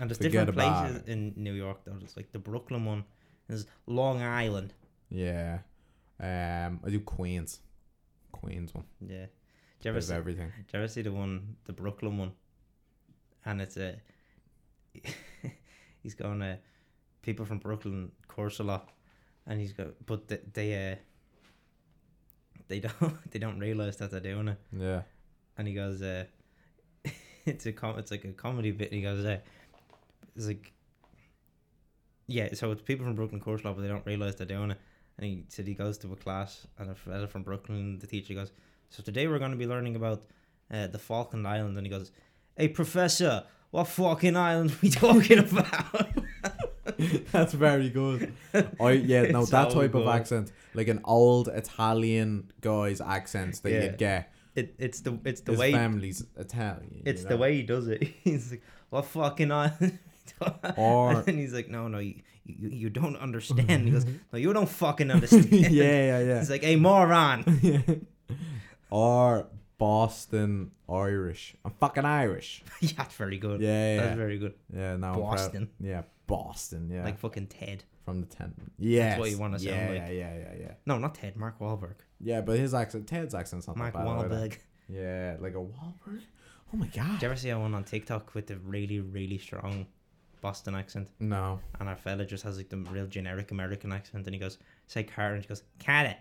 S2: And there's
S1: Forget
S2: different
S1: about
S2: places in New York though. There's like the Brooklyn one. There's Long Island.
S1: Yeah. Um, I do Queens. Queens one.
S2: Yeah. Do you
S1: Bit
S2: ever
S1: of
S2: see, do
S1: everything.
S2: you ever see the one, the Brooklyn one? And it's a. he's going to. People from Brooklyn course a lot, and he's got. But they, they uh. They don't. They don't realize that they're doing it.
S1: Yeah.
S2: and he goes, uh, it's a com- it's like a comedy bit. He goes, uh, it's like, yeah. So it's people from Brooklyn course law, but they don't realize they're doing it. And he said he goes to a class, and a fella from Brooklyn, the teacher goes, so today we're going to be learning about uh, the Falkland Islands, and he goes, hey professor, what Falkland Islands we talking about?
S1: That's very good. I yeah, no,
S2: It's
S1: that
S2: so
S1: type
S2: good.
S1: of accent, like an old Italian guy's accent that
S2: Yeah.
S1: you'd get.
S2: It, it's the it's the
S1: His
S2: way
S1: family's Italian. you
S2: It's the
S1: know.
S2: way he does it. He's like, "What fucking island?"
S1: Or-
S2: and then he's like, "No, no, you, you, you don't understand." He goes, "No, you don't fucking understand."
S1: yeah, yeah,
S2: He's like, "Hey, moron!"
S1: yeah. or Boston Irish. I'm fucking Irish.
S2: yeah, that's very good.
S1: Yeah,
S2: that's
S1: yeah,
S2: very good.
S1: yeah. No, I'm proud-
S2: Boston.
S1: Yeah, Boston. Yeah,
S2: Like fucking Ted.
S1: from the tent. Yeah,
S2: what you wanna
S1: yeah,
S2: sound
S1: yeah,
S2: like.
S1: yeah, yeah, yeah.
S2: No, not Ted. Mark Wahlberg.
S1: Yeah, but his accent, Ted's accent's not
S2: Mark
S1: that bad. either.
S2: Wahlberg. Did
S1: Yeah, like a Wahlberg. Oh my god.
S2: you ever see that one on TikTok with the really, really strong Boston accent?
S1: No.
S2: And our fella just has like the real generic American accent, and he goes, "Say car," and she goes, "Cat it,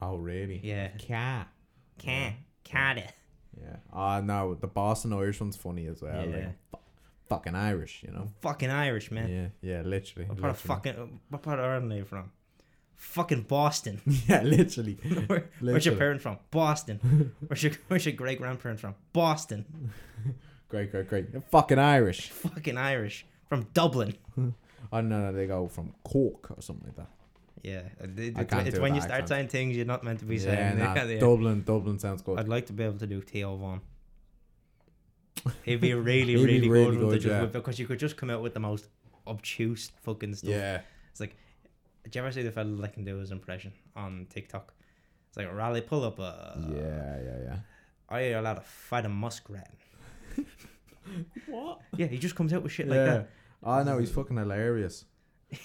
S1: Oh really?
S2: Yeah.
S1: Cat.
S2: can cat it."
S1: Yeah. Uh no, the Boston Irish one's funny as well. Yeah.
S2: Yeah.
S1: Like, fu- fucking Irish, you know.
S2: Fucking Irish man.
S1: Yeah, yeah, literally.
S2: What part of
S1: literally.
S2: fucking what part of Ireland are you from? Fucking Boston.
S1: yeah, literally.
S2: Where, where's your
S1: Literally.
S2: parent from? Boston. Where's your where's your great grandparent from? Boston.
S1: Great, great, great. You're fucking Irish.
S2: Fucking Irish from Dublin.
S1: Oh no, no, they go from Cork or something like that.
S2: Yeah, it-
S1: I
S2: it's,
S1: can't
S2: it's
S1: do
S2: when
S1: the
S2: you start
S1: accent.
S2: saying things you're not meant to be
S1: Yeah,
S2: saying.
S1: nah,
S2: Yeah, yeah.
S1: Dublin, Dublin sounds good.
S2: I'd like to be able to do Theo Vaughn. He'd be a
S1: He'd
S2: really,
S1: be
S2: really,
S1: really
S2: good, one
S1: good,
S2: to just
S1: yeah.
S2: whip- because you could just come out with the most obtuse fucking stuff.
S1: yeah.
S2: It's like, did you ever see the fella that can do his impression on TikTok? It's like, Raleigh, pull up a.
S1: yeah, yeah, yeah.
S2: Are you allowed to fight a muskrat?
S1: What?
S2: Yeah, he just comes out with shit
S1: yeah.
S2: like that.
S1: Oh no, he's fucking hilarious.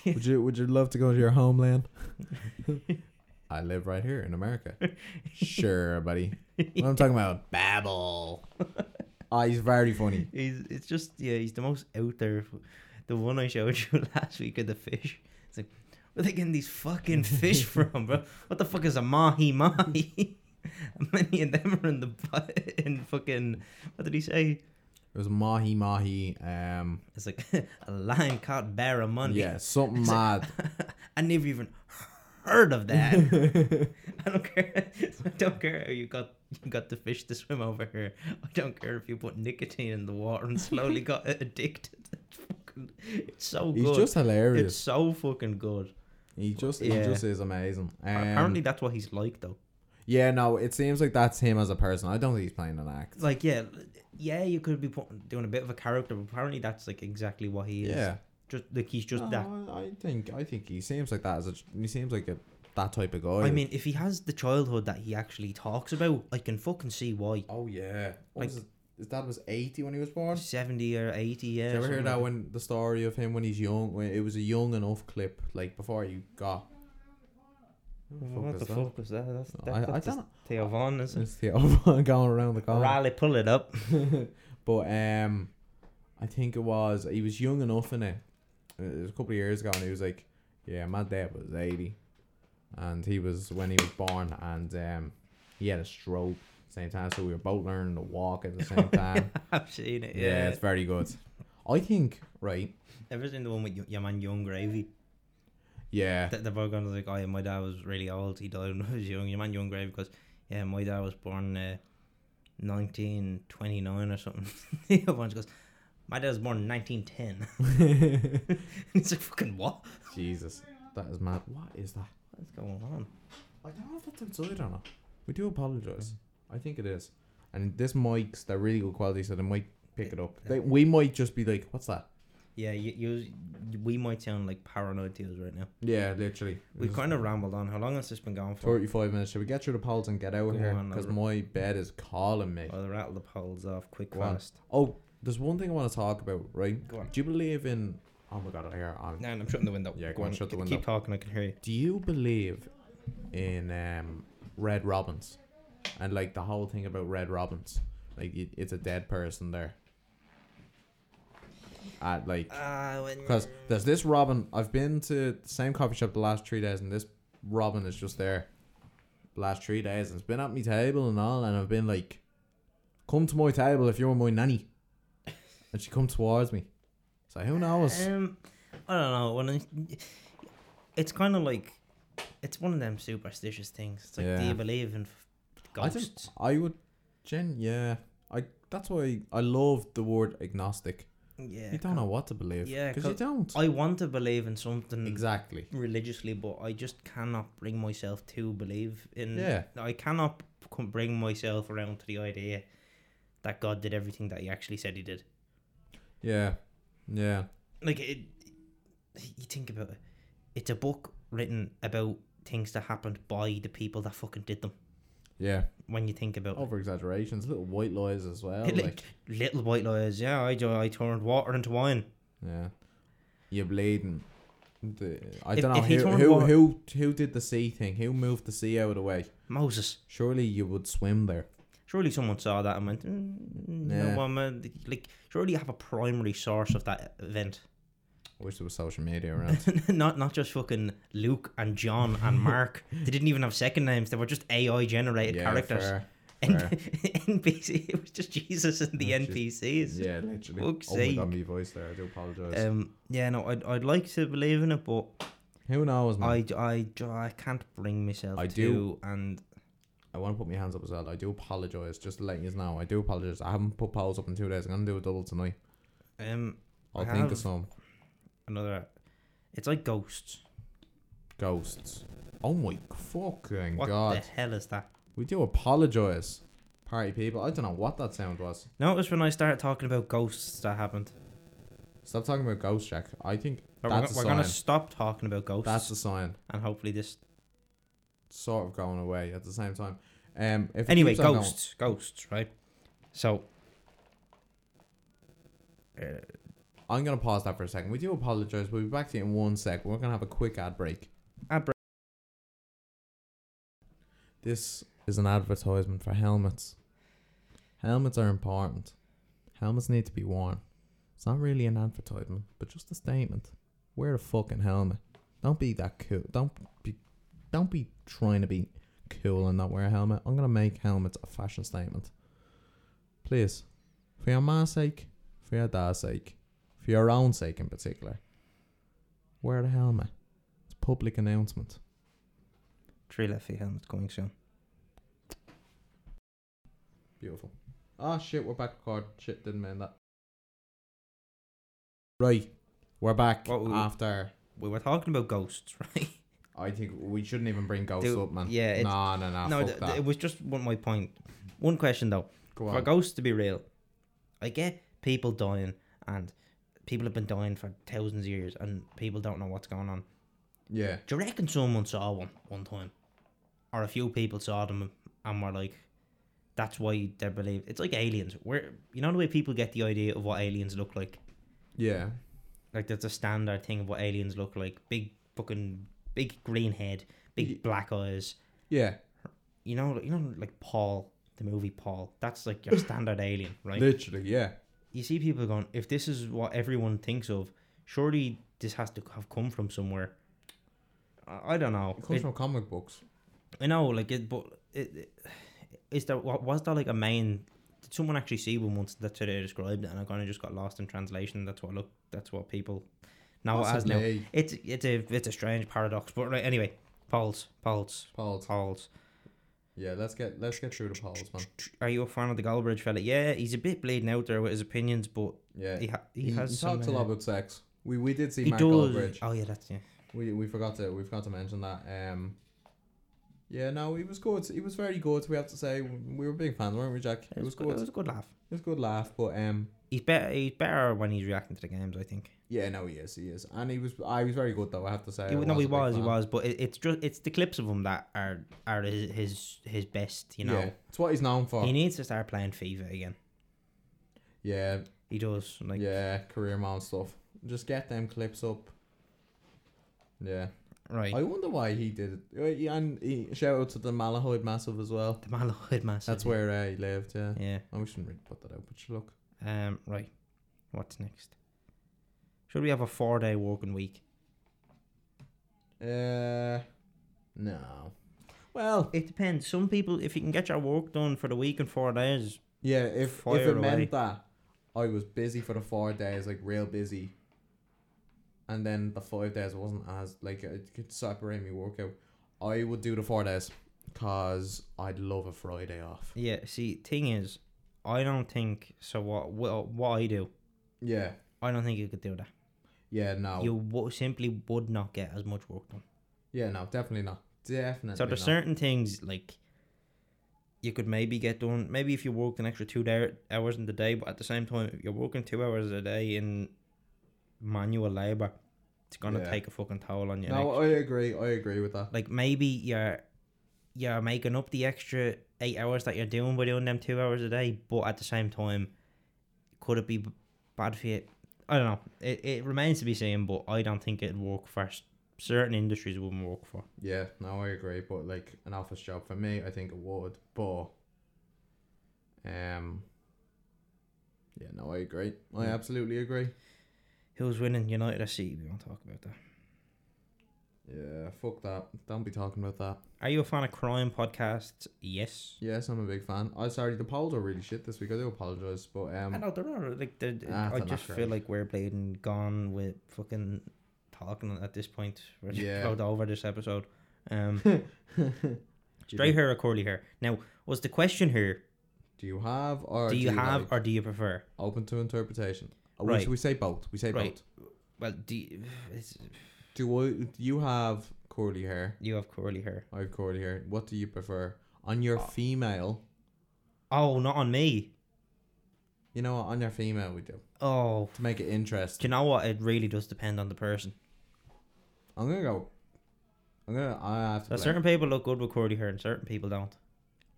S1: would you would you love to go to your homeland? I live right here in America. sure, buddy. What I'm talking about, Babel. oh, he's very funny.
S2: He's it's just yeah, he's the most out there. The one I showed you last week of the fish. It's like, where they getting these fucking fish from, bro? What the fuck is a mahi mahi? Many of them are in the bu- in fucking what did he say?
S1: It was mahi mahi. Um,
S2: It's like a lion caught barramundi.
S1: yeah, something mad.
S2: I never even heard of that. I don't care. I don't care how you got you got the fish to swim over here. I don't care if you put nicotine in the water and slowly got addicted. It's, fucking, it's so
S1: He's
S2: good.
S1: just
S2: it's
S1: hilarious.
S2: so fucking good.
S1: He just he
S2: Yeah.
S1: just is amazing. Um,
S2: Apparently, that's what he's like, though.
S1: yeah, no, it seems like that's him as a person. I don't think he's playing an act.
S2: Like, yeah, yeah, you could be putting, doing a bit of a character, but apparently, that's like exactly what he is.
S1: Yeah,
S2: just like he's just
S1: No,
S2: that.
S1: Oh, I I think I think he seems like that as a he seems like a, that type of guy.
S2: I mean, if he has the childhood that he actually talks about, I can fucking see why.
S1: Oh yeah. What
S2: Like-
S1: was it? His dad was eighty when he was born.
S2: Seventy or eighty,
S1: Did
S2: yeah.
S1: you ever hear
S2: something
S1: that
S2: like
S1: when the story of him when he's young? When it was a young enough clip, like before he got.
S2: Well,
S1: Fuck
S2: What the
S1: is that?
S2: fuck was that? That's, that,
S1: I- I
S2: that's
S1: dunno.
S2: Theo Vaughn, isn't it?
S1: It's the old one going around the corner.
S2: Riley, pull it up.
S1: but um, I think it was he was young enough in it. It was a couple of years ago, and he was like, "Yeah, my dad was eighty, and he was when he was born, and um, he had a stroke." at the Same time, so we were both learning to walk at the same time.
S2: I've seen it.
S1: yeah.
S2: Yeah,
S1: it's very good. I think right.
S2: ever seen the one with y- your man Young Gravy?
S1: Yeah,
S2: That the boy goes like, "Oh, yeah, my dad was really old. He died when I was young." Your man Young Gravy goes, "Yeah, my dad was born uh, 1929 or something." the other one goes, "My dad was born in 1910." and it's like, "Fucking what?
S1: Jesus, that is mad. What is that?
S2: What's going on?"
S1: I don't know if that's outside or not. We do apologize. I think it is. And this mic's they're really good quality, so they might pick it up. They, we might just be like, "What's that?"
S2: Yeah, you, you, we might sound like paranoid to us right now.
S1: Yeah, literally.
S2: We've kind of rambled on. How long has this been going for?
S1: Thirty-five minutes. Should we get through the polls and get out
S2: Go
S1: of here?
S2: on,
S1: Because
S2: Albert.
S1: my bed is calling me.
S2: I'll rattle Oh, the polls off quick,
S1: Go on.
S2: fast.
S1: Oh, there's one thing I want to talk about. Right?
S2: Go on.
S1: Do you believe in? Oh my God, I hear. I'm
S2: No, I'm shutting the window.
S1: Yeah, go on, shut the
S2: Keep-
S1: window.
S2: Keep talking, I can hear you.
S1: Do you believe in um, Red Robins and like the whole thing about Red Robins? Like it, it's a dead person there. At like,
S2: Uh, when,
S1: because there's this Robin. I've been to the same coffee shop the last three days, and this Robin is just there. The last three days, and it's been at my table and all, and I've been like, Come to my table if you're my nanny. And she come towards me. So who knows?
S2: Um, I don't know. When I, it's kind of like it's one of them superstitious things. It's like, do
S1: Yeah.
S2: you believe in f-
S1: I
S2: ghosts?
S1: don't. I would. Gen. Yeah. I. That's why I love the word agnostic.
S2: yeah,
S1: You don't know what to believe.
S2: Yeah,
S1: Because you
S2: co- mm.
S1: don't.
S2: I want to believe in something
S1: Exactly.
S2: religiously, but I just cannot bring myself to believe in.
S1: Yeah.
S2: I cannot c- bring myself around to the idea that God did everything that He actually said He did.
S1: Yeah. Yeah.
S2: Like it, you think about it. It's a book written about things that happened by the people that fucking did them.
S1: Yeah.
S2: When you think about it.
S1: Over exaggerations, little white lies as well.
S2: It-
S1: Oh, Like,
S2: Little white lies, yeah. I do, I turned water into wine.
S1: yeah. You're bleeding. The, er I
S2: If-
S1: don't know
S2: if he
S1: who
S2: turned
S1: who,
S2: water-
S1: who who did the sea thing. Who moved the sea out of the way?
S2: Moses,
S1: Surely you would swim there.
S2: surely someone saw that and went, mm, you
S1: Yeah.
S2: know what, man? Like, surely you have a primary source of that event,
S1: I wish there was social media around.
S2: not not just fucking Luke and John and Mark. they didn't even have second names. They were just AI generated characters.
S1: fair.
S2: And
S1: fair.
S2: NPC, it was just Jesus and the
S1: Yeah, just-
S2: NPCs.
S1: Yeah, literally.
S2: Fuck's
S1: oh
S2: sake.
S1: my god, my voice there. I do apologize.
S2: Um, yeah, no, I'd, I'd like to believe in it, but
S1: Who knows, man?
S2: I, I, I can't bring myself
S1: Hmm. I
S2: to.
S1: do.
S2: And
S1: I want to put my hands up as well. I do apologize. Just to let you know, I do apologize. I haven't put polls up in two days. I'm gonna do a double tonight.
S2: um, I
S1: I'll think
S2: have-
S1: of some
S2: another. It's like ghosts.
S1: ghosts. Oh my fucking
S2: What
S1: god!
S2: the hell is that?
S1: We do apologize, party people. I don't know what that sound was.
S2: Notice when I started talking about ghosts that happened.
S1: Stop talking about ghosts, Jack. I think
S2: But
S1: That's a
S2: we're, go- we're gonna
S1: sign.
S2: stop talking about ghosts,
S1: that's a sign.
S2: and hopefully this.
S1: Sort of going away at the same time. Um. If it
S2: Anyway,
S1: keeps on going-
S2: ghosts, ghosts, right? So, uh,
S1: I'm gonna pause that for a second. We do apologize. We'll be back to you in one sec. We're gonna have a quick ad break.
S2: Ad break.
S1: This is an advertisement for helmets. Helmets are important. Helmets need to be worn. It's not really an advertisement, but just a statement. Wear a fucking helmet. Don't be that cool. Don't be. Don't be trying to be cool and not wear a helmet. I'm gonna make helmets a fashion statement. Please, for your ma's sake, for your dad's sake, for your own sake in particular, wear the helmet. It's a public announcement.
S2: three left feet helmets coming soon.
S1: Beautiful. Ah, shit, we're back recording. Shit, didn't mean that. Right, we're back
S2: What we-
S1: after.
S2: We were talking about ghosts, right?
S1: I think we shouldn't even bring ghosts
S2: Dude,
S1: up, man.
S2: yeah, it's-
S1: no, no, no.
S2: no,
S1: Ah, fuck
S2: th- th-
S1: that.
S2: it was just one my point. One question though.
S1: Go
S2: for
S1: on.
S2: ghosts to be real, I get people dying and people have been dying for thousands of years and people don't know what's going on.
S1: yeah,
S2: Do you reckon someone saw one one time? Or a few people saw them and were like, that's why they believe it's like aliens. Where you know the way people get the idea of what aliens look like?
S1: yeah,
S2: Like that's a standard thing of what aliens look like. Big fucking big green head,
S1: Ye-
S2: big black eyes.
S1: yeah.
S2: You know you know like Paul, the movie Paul. That's like your standard alien, right?
S1: Literally, yeah.
S2: you see people going, if this is what everyone thinks of, surely this has to have come from somewhere. I, I don't know.
S1: It comes
S2: It-
S1: from comic books.
S2: I know, like it, but it, it, is there wa- was there like a main? Did someone actually see one once? That's how they described it, and I kind of just got lost in translation. That's what look. That's what people now as now.
S1: Possibly.
S2: It's it's a it's a strange paradox, but right, anyway, polls, polls,
S1: Polls.
S2: polls.
S1: Yeah, let's get let's get through the polls, man.
S2: Are you a fan of the Galbridge fella? Yeah, he's a bit bleeding out there with his opinions, but
S1: Yeah,
S2: he ha- he, has
S1: he
S2: some,
S1: talks a lot
S2: uh,
S1: about sex. We we did see
S2: He
S1: Mark
S2: does.
S1: Goldbridge.
S2: Oh yeah, that's yeah.
S1: We we forgot to we forgot to mention that. Um, yeah, no, he was good. He was very good. We have to say we were big fans, weren't we, Jack? It was good.
S2: It
S1: It
S2: was a good laugh.
S1: was a good laugh, but um,
S2: He's better. He's better when he's reacting to the games. I think.
S1: yeah, no, he is, he is, and he was. I was very good though. I have to say.
S2: He,
S1: I
S2: no,
S1: Uh,
S2: he
S1: a big
S2: was. He
S1: fan.
S2: was. But it, it's just it's the clips of him that are are his his, his best. You
S1: Yeah,
S2: know.
S1: it's what he's known for.
S2: He needs to start playing FIFA again.
S1: yeah,
S2: He does. Like
S1: yeah, career mode stuff. Just get them clips up. Yeah,
S2: right.
S1: I wonder why he did it. Uh, yeah, And he, shout out to the Malahide Massive as well.
S2: the Malahide massive.
S1: That's where uh, he lived. Yeah.
S2: Yeah.
S1: Oh, we shouldn't really put that out, but you look.
S2: Um. Right. What's next? Should we have a four day working week?
S1: Uh, no. Well,
S2: It depends. Some people, if you can get your work done for the week in four days,
S1: Yeah, if
S2: Fire
S1: if it
S2: away.
S1: meant that I was busy for the four days, like real busy, and then the five days wasn't as like it could separate me workout. I would do the four days because I'd love a Friday off.
S2: Yeah, see, thing is, I don't think so. What what, what I do,
S1: Yeah,
S2: I don't think you could do that.
S1: yeah, no,
S2: You w- simply would not get as much work done.
S1: yeah, no, definitely not, definitely.
S2: So there's
S1: not.
S2: certain things like you could maybe get done. Maybe if you worked an extra two da- hours in the day, but at the same time, if you're working two hours a day in manual labor, it's gonna
S1: Yeah.
S2: take a fucking toll on you.
S1: No, I agree. I agree with that.
S2: like maybe you're you're making up the extra eight hours that you're doing by doing them two hours a day, but at the same time, could it be b- bad for you? I don't know. It, it remains to be seen, but I don't think it'd work for s- certain industries. It wouldn't work for.
S1: Yeah, no, I agree. But like an office job for me, I think it would. But um, yeah, no, I agree. I
S2: Yeah.
S1: absolutely agree.
S2: Who's winning United or City? We won't talk about that.
S1: Yeah, fuck that. Don't be talking about that.
S2: Are you a fan of crime podcasts? Yes.
S1: Yes, I'm a big fan. I sorry, the polls are really shit this week. I do apologize, but
S2: I
S1: um,
S2: know there are like there,
S1: Ah,
S2: I
S1: they're not
S2: just feel
S1: great.
S2: like we're bleeding gone with fucking talking at this point. We're just
S1: Yeah.
S2: about over this episode. Um,
S1: do
S2: Straight
S1: you,
S2: hair or curly hair? Now, was the question here,
S1: do you have or
S2: do you have
S1: like?
S2: or do you prefer?
S1: open to interpretation? Oh,
S2: Right.
S1: We, we say both. We say
S2: Right.
S1: both.
S2: Well, do you, it's,
S1: Do I, do you have curly hair?
S2: you have curly hair?
S1: I have curly hair. What do you prefer on your
S2: Uh.
S1: female?
S2: Oh, not on me.
S1: You know what? On your female, we do
S2: Oh,
S1: to make it interesting.
S2: do you know what? It really does depend on the person.
S1: I'm gonna go. I'm gonna. I have to.
S2: So
S1: Play.
S2: certain people look good with curly hair, and certain people don't.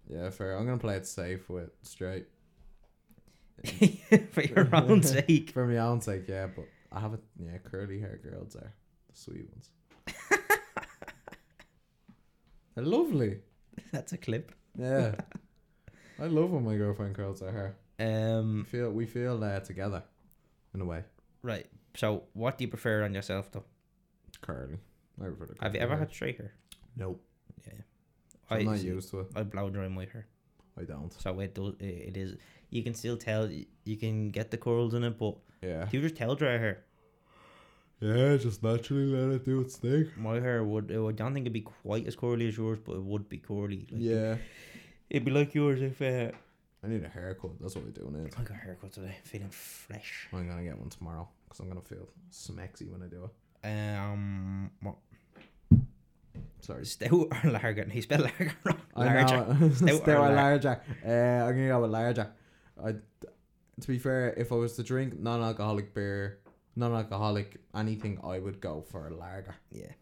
S1: Yeah, fair. I'm gonna play it safe with straight
S2: For your own sake.
S1: for my own sake. Yeah, but I have a yeah curly hair girls are the sweet ones. They're lovely.
S2: That's a clip.
S1: Yeah, I love when my girlfriend curls her hair. We
S2: Um,
S1: feel we feel uh, together, in a way.
S2: right. So, what do you prefer on yourself, though?
S1: Curly. I prefer the
S2: Have
S1: curly
S2: you ever
S1: hair.
S2: had straight hair?
S1: Nope.
S2: Yeah.
S1: So I'm not
S2: see-
S1: used to it.
S2: I blow dry my hair.
S1: I don't.
S2: So it does. It it is. You can still tell. You can get the curls in it, but
S1: Yeah.
S2: do you just tell dry hair?
S1: Yeah, just naturally let it do its thing.
S2: My hair would. I don't think it'd be quite as curly as yours, but it would be curly. Like,
S1: Yeah.
S2: it'd be like yours if uh,
S1: I need a haircut. That's what we're doing. It.
S2: I got a haircut today. I'm feeling fresh.
S1: I'm gonna get one tomorrow because I'm gonna feel smexy when I do it.
S2: Um, what?
S1: Sorry.
S2: stout or lager? No, you spell lager wrong.
S1: I
S2: Larger.
S1: know. Still
S2: Stout or lar-
S1: larger. Uh, I'm gonna go with larger. I, to be fair, if I was to drink non-alcoholic beer, non-alcoholic anything, I would go for a lager.
S2: Yeah.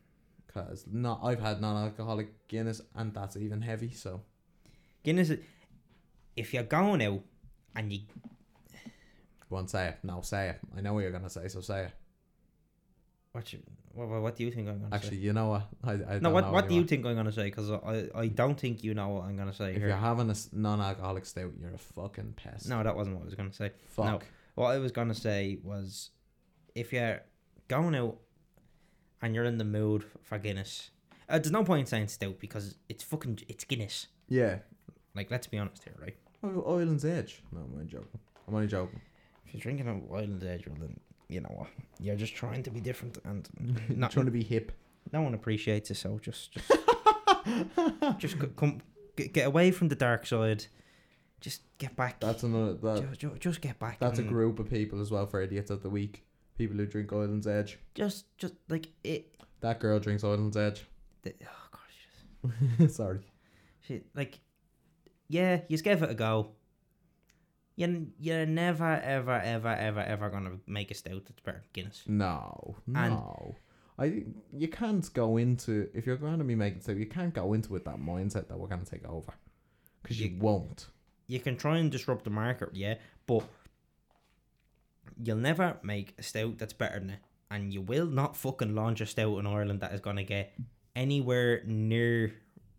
S1: Cause not, I've had non-alcoholic Guinness, and that's even heavy. So
S2: Guinness. is- If you're going out and you
S1: go on, say it. No, say it. I know what you're gonna say, so say it.
S2: what you, what, what what do you think I'm gonna
S1: Actually,
S2: say?
S1: you know what? I, I don't
S2: No,
S1: know
S2: what what do you
S1: anymore.
S2: think I'm gonna say? Because I I don't think you know what I'm gonna say
S1: If you're
S2: here.
S1: having a s- non-alcoholic stout, you're a fucking pest.
S2: No, that wasn't what I was gonna say.
S1: Fuck.
S2: no. What I was gonna say was, if you're going out and you're in the mood for Guinness, uh, there's no point in saying stout because it's fucking it's Guinness.
S1: Yeah.
S2: Like, let's be honest here, right?
S1: Oh, Island's Edge. No, I'm only joking. I'm only joking.
S2: If you're drinking a Island Edge, well then you know what? You're just trying to be different, and
S1: Not
S2: Not-
S1: trying to be hip.
S2: no one appreciates it. So just just just c- come g- get away from the dark side. Just get back.
S1: That's another. That,
S2: just, just, just get back.
S1: that's a
S2: and-
S1: group of people as well for idiots of the week. People who drink Island's Edge.
S2: Just just like it.
S1: That girl drinks Island's Edge.
S2: The, oh god, she
S1: Sorry.
S2: She like, yeah, you just gave it a go. You you're never ever ever ever ever gonna make a stout that's better than Guinness.
S1: No. No. I think you can't go into if you're going to be making stuff. You can't go into with that mindset that we're going to take over because you,
S2: You-
S1: won't.
S2: You can try and disrupt the market, yeah, but you'll never make a stout that's better than it, and you will not fucking launch a stout in Ireland that is gonna get anywhere near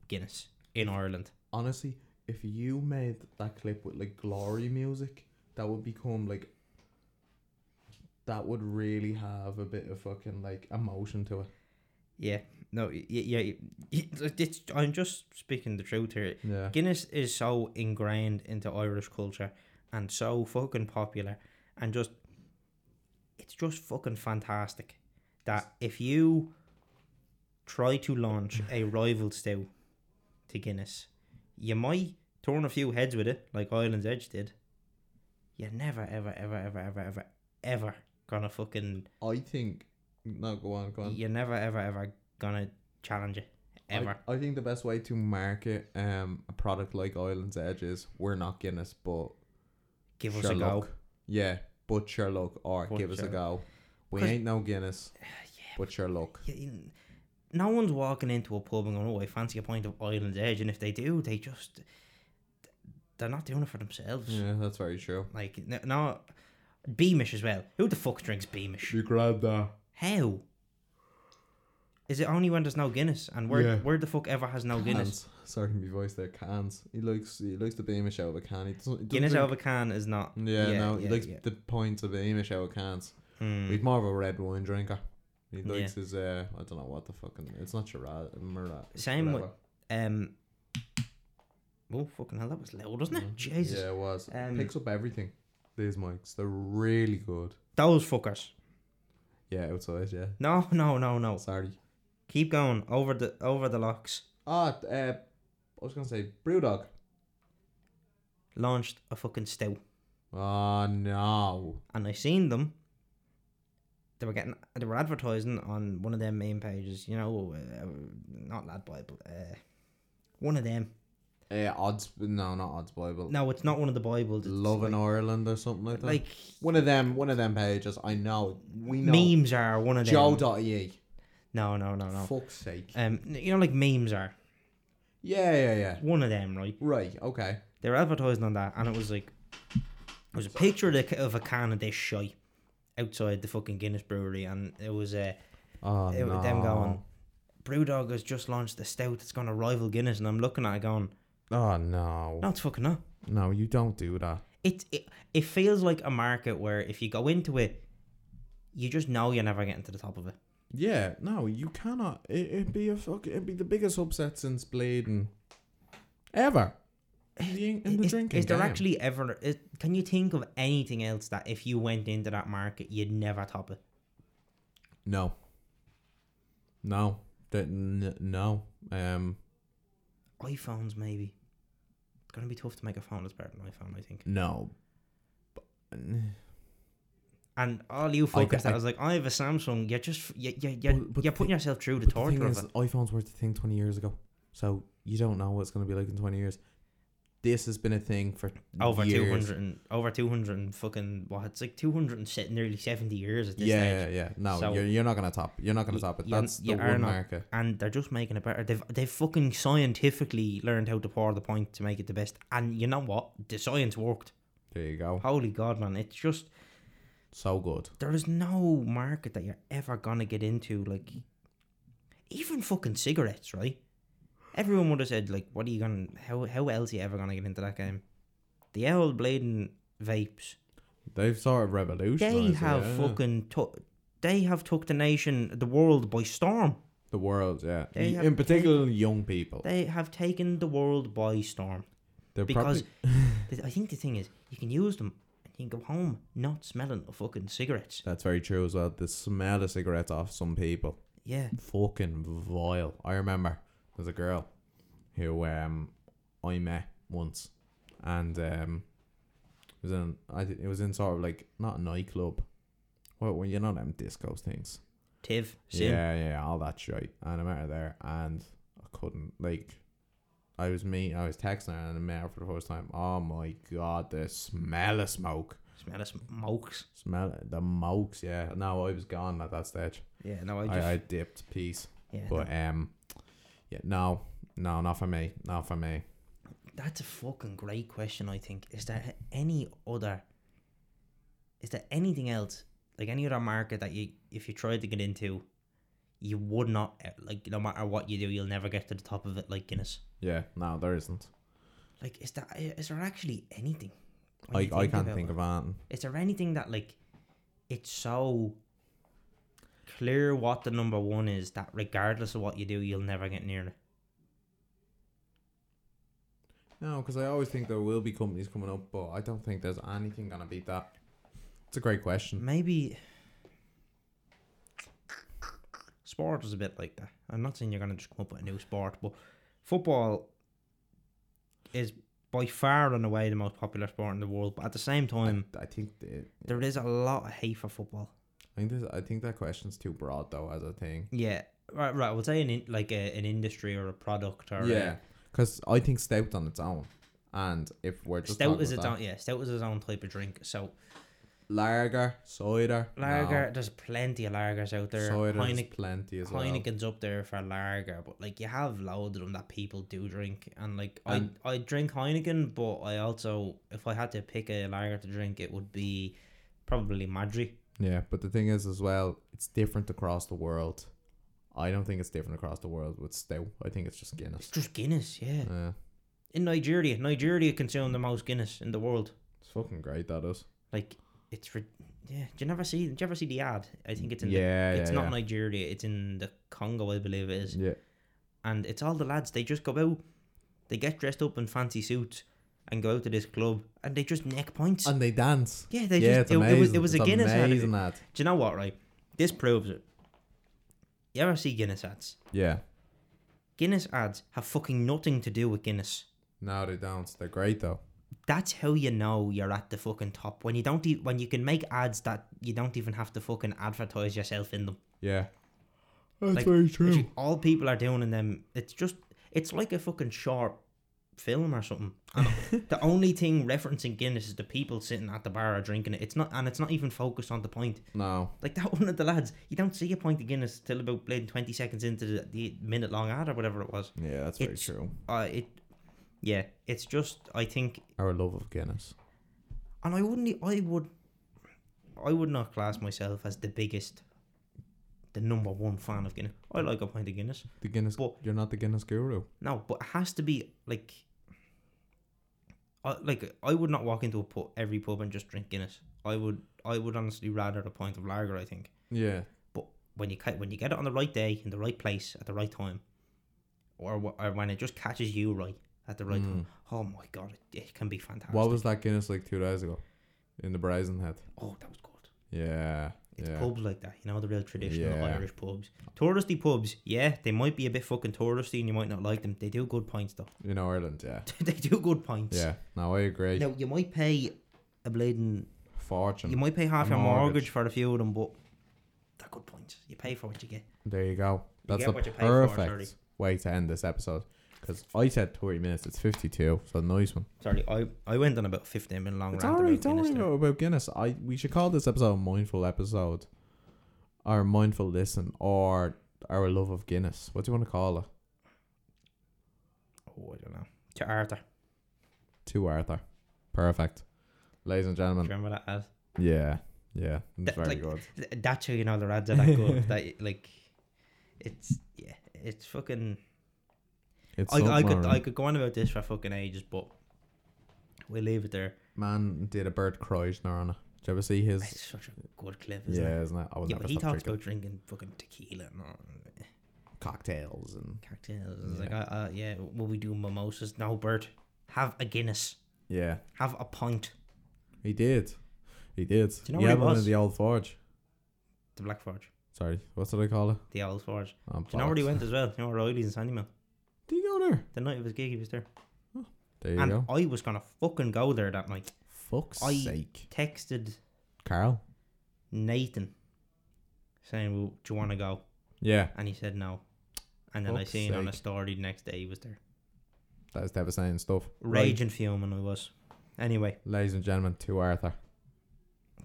S2: Guinness in Ireland.
S1: Honestly, if you made that clip with like glory music, that would become like. That would really have a bit of fucking like emotion to it.
S2: Yeah. No, y- y- yeah, y- y- it's, I'm just speaking the truth here.
S1: Yeah.
S2: Guinness is so ingrained into Irish culture and so fucking popular and just it's just fucking fantastic that if you try to launch a rival stew to Guinness, you might turn a few heads with it, like Ireland's Edge did. You're never, ever, ever, ever, ever, ever, ever gonna fucking.
S1: I think no, go on, go on.
S2: You're never, ever, ever gonna challenge it.
S1: I-
S2: Ever.
S1: I, think the best way to market um a product like Island's Edge is we're not Guinness, but
S2: Give us a go.
S1: Sherlock. Yeah, but Sherlock or
S2: But
S1: give us a go. We
S2: 'Cause-
S1: ain't no Guinness, but Sherlock.
S2: Yeah, in- no one's walking into a pub and going, "Oh, I fancy a pint of Island's Edge," and if they do, they just they're not doing it for themselves.
S1: Yeah, that's very true.
S2: Like n- no, Beamish as well. Who the fuck drinks Beamish?
S1: You grab that.
S2: How? Is it only when there's no Guinness? And where
S1: Yeah.
S2: where the fuck ever has no Oh, Guinness?
S1: Cans. Sorry, my voice there. Cans. He likes he likes the Beamish out of a can. He doesn't, he doesn't
S2: Guinness
S1: drink-
S2: out of a can is not.
S1: Yeah, no,
S2: yeah,
S1: he likes
S2: yeah.
S1: the points of Beamish out of cans.
S2: Hmm.
S1: He's more of a red wine drinker. He
S2: Yeah.
S1: likes his uh, I don't know what the fucking it's not Shiraz, Murat.
S2: Same with-
S1: whatever.
S2: Um. Oh fucking hell! That was loud, wasn't it? Jesus,
S1: Mm-hmm. Yeah, it was.
S2: Um,
S1: Picks up everything. These mics, they're really good.
S2: those fuckers!
S1: Yeah, outside. Yeah, Oh,
S2: No, no, no, no.
S1: sorry.
S2: Keep going over the over the locks.
S1: Ah, uh, I was gonna say Brewdog.
S2: launched a fucking stew,
S1: Oh no.
S2: and I seen them. They were getting, they were advertising on one of them main pages. You know, uh, not Lad Bible, uh, one of them.
S1: Uh, odds. No, not odds Bible.
S2: No, it's not one of the Bibles. It's
S1: Love in
S2: like,
S1: Ireland or something like that.
S2: like
S1: one of them. One of them pages. I know. We know.
S2: memes are one of them.
S1: Joe.ie.
S2: No, no, no, no.
S1: Fuck's sake.
S2: Um, you know, like memes are
S1: Yeah, yeah, yeah.
S2: one of them, right?
S1: Right. Okay.
S2: They were advertising on that, and it was like, it was a picture of, the, ca- of a can of this shite outside the fucking Guinness brewery, and it was a. Uh,
S1: Oh
S2: it,
S1: no.
S2: them going, Brewdog has just launched a stout that's going to rival Guinness, and I'm looking at it going,
S1: Oh no.
S2: no, it's fucking not.
S1: No, you don't do that.
S2: It, it it feels like a market where if you go into it, you just know you're never getting to the top of it.
S1: Yeah, no, you cannot. It, it'd be a fuck. It'd be the biggest upset since Bladen ever. In the, in the
S2: Is,
S1: drinking
S2: is there
S1: game.
S2: actually ever? Is, can you think of anything else that if you went into that market, you'd never top it?
S1: No. No. That- n- no. Um.
S2: iPhones maybe. It's gonna be tough to make a phone that's better than iPhone, I think.
S1: No. But,
S2: And all you
S1: I-
S2: fuckers that
S1: I-
S2: was like, I have a Samsung. You're just you you you
S1: But- but
S2: you're
S1: the
S2: putting yourself through the
S1: but the thing
S2: torture of
S1: is,
S2: it.
S1: iPhones were the thing twenty years ago, so you don't know what it's gonna be like in twenty years. This has been a thing for
S2: over Oh, two
S1: years.
S2: hundred and over two hundred and fucking what? It's like two hundred and se- nearly seventy years at this
S1: Yeah,
S2: stage,
S1: yeah, yeah. No,
S2: So-
S1: you're, you're not gonna top. You're not gonna
S2: Y-
S1: top it.
S2: you're-
S1: That's the
S2: you are
S1: one
S2: not.
S1: market.
S2: and they're just making it better. They've they've fucking scientifically learned how to pour the point to make it the best. And you know what? The science worked.
S1: There you go.
S2: Holy god, man! It's just
S1: So good.
S2: there is no market that you're ever gonna get into. Like even fucking cigarettes, right? Everyone would have said like, "What are you gonna? How how else are you ever gonna get into that game?" The old blading vapes.
S1: They've sort of revolutionized.
S2: They
S1: it,
S2: have
S1: yeah.
S2: fucking took. They have took the nation, the world by storm.
S1: the world. Yeah,
S2: They
S1: Y-
S2: have
S1: in particular, young people.
S2: They have taken the world by storm
S1: They're
S2: because
S1: probably
S2: th- I think the thing is, you can use them and you can go home not smelling of fucking cigarettes.
S1: that's very true as well. The smell of cigarettes off some people.
S2: Yeah,
S1: fucking vile. I remember there's a girl who um I met once, and um it was in I thi- it was in sort of like not a nightclub. Well, well, you know them disco things.
S2: Tiv, Sin.
S1: Yeah, yeah, all that shit. And I met her there, and I couldn't like. I was me. I was texting her, and I met her for the first time. Oh my god, the smell of smoke,
S2: smell of smokes.
S1: smell the mokes. Yeah, no, I was gone at that stage.
S2: Yeah, no, I
S1: I,
S2: just
S1: I dipped, peace.
S2: yeah. no.
S1: But um, yeah, no, no, not for me, not for me.
S2: That's a fucking great question. I think is there any other? Is there anything else like any other market that you, if you tried to get into, you would not eh, like no matter what you do, you'll never get to the top of it like Guinness.
S1: Yeah, no, there isn't.
S2: Like, is that eh, is there actually anything? when
S1: I,
S2: you
S1: I can't
S2: about
S1: think
S2: it?
S1: of anything.
S2: Is there anything that like it's so clear what the number one is that regardless of what you do, you'll never get near it.
S1: No, because I always think there will be companies coming up, but I don't think there's anything gonna beat that. It's a great question.
S2: Maybe sport is a bit like that. I'm not saying you're going to just come up with a new sport, but football is by far and away the most popular sport in the world. But at the same time,
S1: I think it,
S2: there is a lot of hate for football.
S1: I think there's, I think that question's too broad though as a thing.
S2: Yeah, right. Right. I would say an in, like a, an industry or a product or a-
S1: Yeah, because I think stout on its own, and if we're just
S2: Stout
S1: talking
S2: is its
S1: about
S2: own, yeah. Stout is its own type of drink. So
S1: that, lager, cider,
S2: lager, there's plenty of lagers out
S1: no.
S2: there.
S1: cider is
S2: Heineken,
S1: plenty as well.
S2: Heineken's up there for lager, but like you have loads of them that people do drink, and like
S1: And-
S2: I I drink Heineken, but I also if I had to pick a lager to drink, it would be probably Madri.
S1: Yeah, but the thing is as well, it's different across the world. I don't think it's different across the world with stout. I think it's just
S2: It's
S1: Guinness.
S2: just Guinness, yeah.
S1: Yeah,
S2: In Nigeria, Nigeria consume the most Guinness in the world.
S1: it's fucking great that is.
S2: Like it's re- yeah. Did you never see? Did you ever see the ad? I think it's in the
S1: yeah,
S2: it's
S1: yeah,
S2: not
S1: yeah.
S2: Nigeria. It's in the Congo, I believe it is.
S1: Yeah,
S2: And it's all the lads. They just go out, they get dressed up in fancy suits, and go out to this club, and they just neck points.
S1: and they dance.
S2: yeah, they
S1: yeah,
S2: just it, it was it was
S1: it's
S2: a Guinness ad.
S1: amazing ad.
S2: Do you know what? Right, this proves it. You ever see Guinness ads?
S1: Yeah.
S2: Guinness ads have fucking nothing to do with Guinness.
S1: No, they don't. They're great though.
S2: That's how you know you're at the fucking top when you don't e- when you can make ads that you don't even have to fucking advertise yourself in them.
S1: Yeah. That's
S2: Like,
S1: very true.
S2: Literally, all people are doing in them, it's just, it's like a fucking short film or something. And the only thing referencing Guinness is the people sitting at the bar are drinking it. It's not, and it's not even focused on the pint.
S1: no.
S2: Like that one of the lads, you don't see a pint of Guinness till about playing twenty seconds into the, the minute long ad or whatever it was.
S1: Yeah, that's very
S2: It's-
S1: true.
S2: Uh, it, yeah, it's just I think,
S1: Our love of Guinness.
S2: and I wouldn't, e- I would, I would not class myself as the biggest, the number one fan of Guinness. I like a pint of Guinness.
S1: The Guinness.
S2: But-
S1: you're not the Guinness guru.
S2: No, but it has to be like, I like I would not walk into a pub, every pub and just drink Guinness. I would, I would honestly rather a pint of lager. I think,
S1: Yeah.
S2: but when you ca- when you get it on the right day in the right place at the right time, or, wh- or when it just catches you right at the right time, oh my god, it, it can be fantastic.
S1: Hmm. What was that Guinness like two days ago? In the Brazen Head.
S2: oh, that was good.
S1: Yeah.
S2: It's
S1: yeah.
S2: pubs like that, you know, the real traditional
S1: Yeah.
S2: Irish pubs. Touristy pubs, yeah, they might be a bit fucking touristy and you might not like them. They do good pints though.
S1: In Ireland, yeah.
S2: they do good pints.
S1: Yeah. No, I agree.
S2: Now you might pay a bleeding.
S1: Fortune.
S2: You might pay half
S1: A
S2: your
S1: mortgage.
S2: mortgage. for a few of them, but they're good points. You pay for what you get.
S1: There you go. That's
S2: get
S1: the
S2: what you pay for,
S1: perfect
S2: Shirley.
S1: way to end this episode. Because I said 30 minutes, it's 52, so nice one.
S2: Sorry, I, I went on about fifteen minute long
S1: It's
S2: rant
S1: alright,
S2: about
S1: don't
S2: Guinness
S1: worry
S2: there.
S1: about, about Guinness. I We should call this episode a mindful episode, or mindful listen, or our love of Guinness. What do you want to call it?
S2: Oh, I don't know. To Arthur,
S1: To Arthur. Perfect. Ladies and
S2: do
S1: gentlemen,
S2: you remember that ad?
S1: yeah, yeah, it's
S2: That-
S1: very
S2: like-
S1: good.
S2: Th- That's how you know the ads are that good. that like, it's yeah, it's fucking.
S1: It's
S2: I, I
S1: something
S2: could I
S1: alright.
S2: could go on about this for fucking ages, but we'll leave it there.
S1: Man did a bird Kreisner on it. Did you ever see his?
S2: It's such a good clip, isn't
S1: Yeah,
S2: it?
S1: isn't it? I would
S2: Yeah,
S1: never
S2: but he
S1: stop
S2: talks
S1: drinking
S2: about drinking fucking tequila and all.
S1: cocktails and
S2: cocktails. It's
S1: Yeah.
S2: Like, uh, uh, yeah, will we do mimosas? No, Bert. Have a Guinness.
S1: yeah.
S2: Have a pint.
S1: He did. He did.
S2: you know
S1: he
S2: what
S1: had
S2: he
S1: one in
S2: was?
S1: the old forge.
S2: The Black Forge.
S1: Sorry, what did I call it?
S2: The Old Forge.
S1: Oh,
S2: Do you know where he
S1: bollocks.
S2: went as well? You know where Riley's and Sandy Mill?
S1: Did you go there?
S2: The night of his gig, he was there.
S1: There you
S2: and
S1: go.
S2: I was going to fucking go there that night.
S1: Fuck's
S2: I-
S1: sake,
S2: Texted
S1: Carl.
S2: Nathan saying, well, do you want to go?
S1: Yeah,
S2: And he said no. And then
S1: Fuck's
S2: I seen on a
S1: sake.
S2: story the next day he was there.
S1: that is devastating stuff.
S2: Rage and fuming I was. Anyway,
S1: Right, ladies and gentlemen, to Arthur.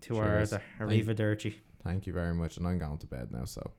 S2: to
S1: Cheers.
S2: our Arthur. Arrivederci.
S1: Thank you very much, and I'm going to bed now. So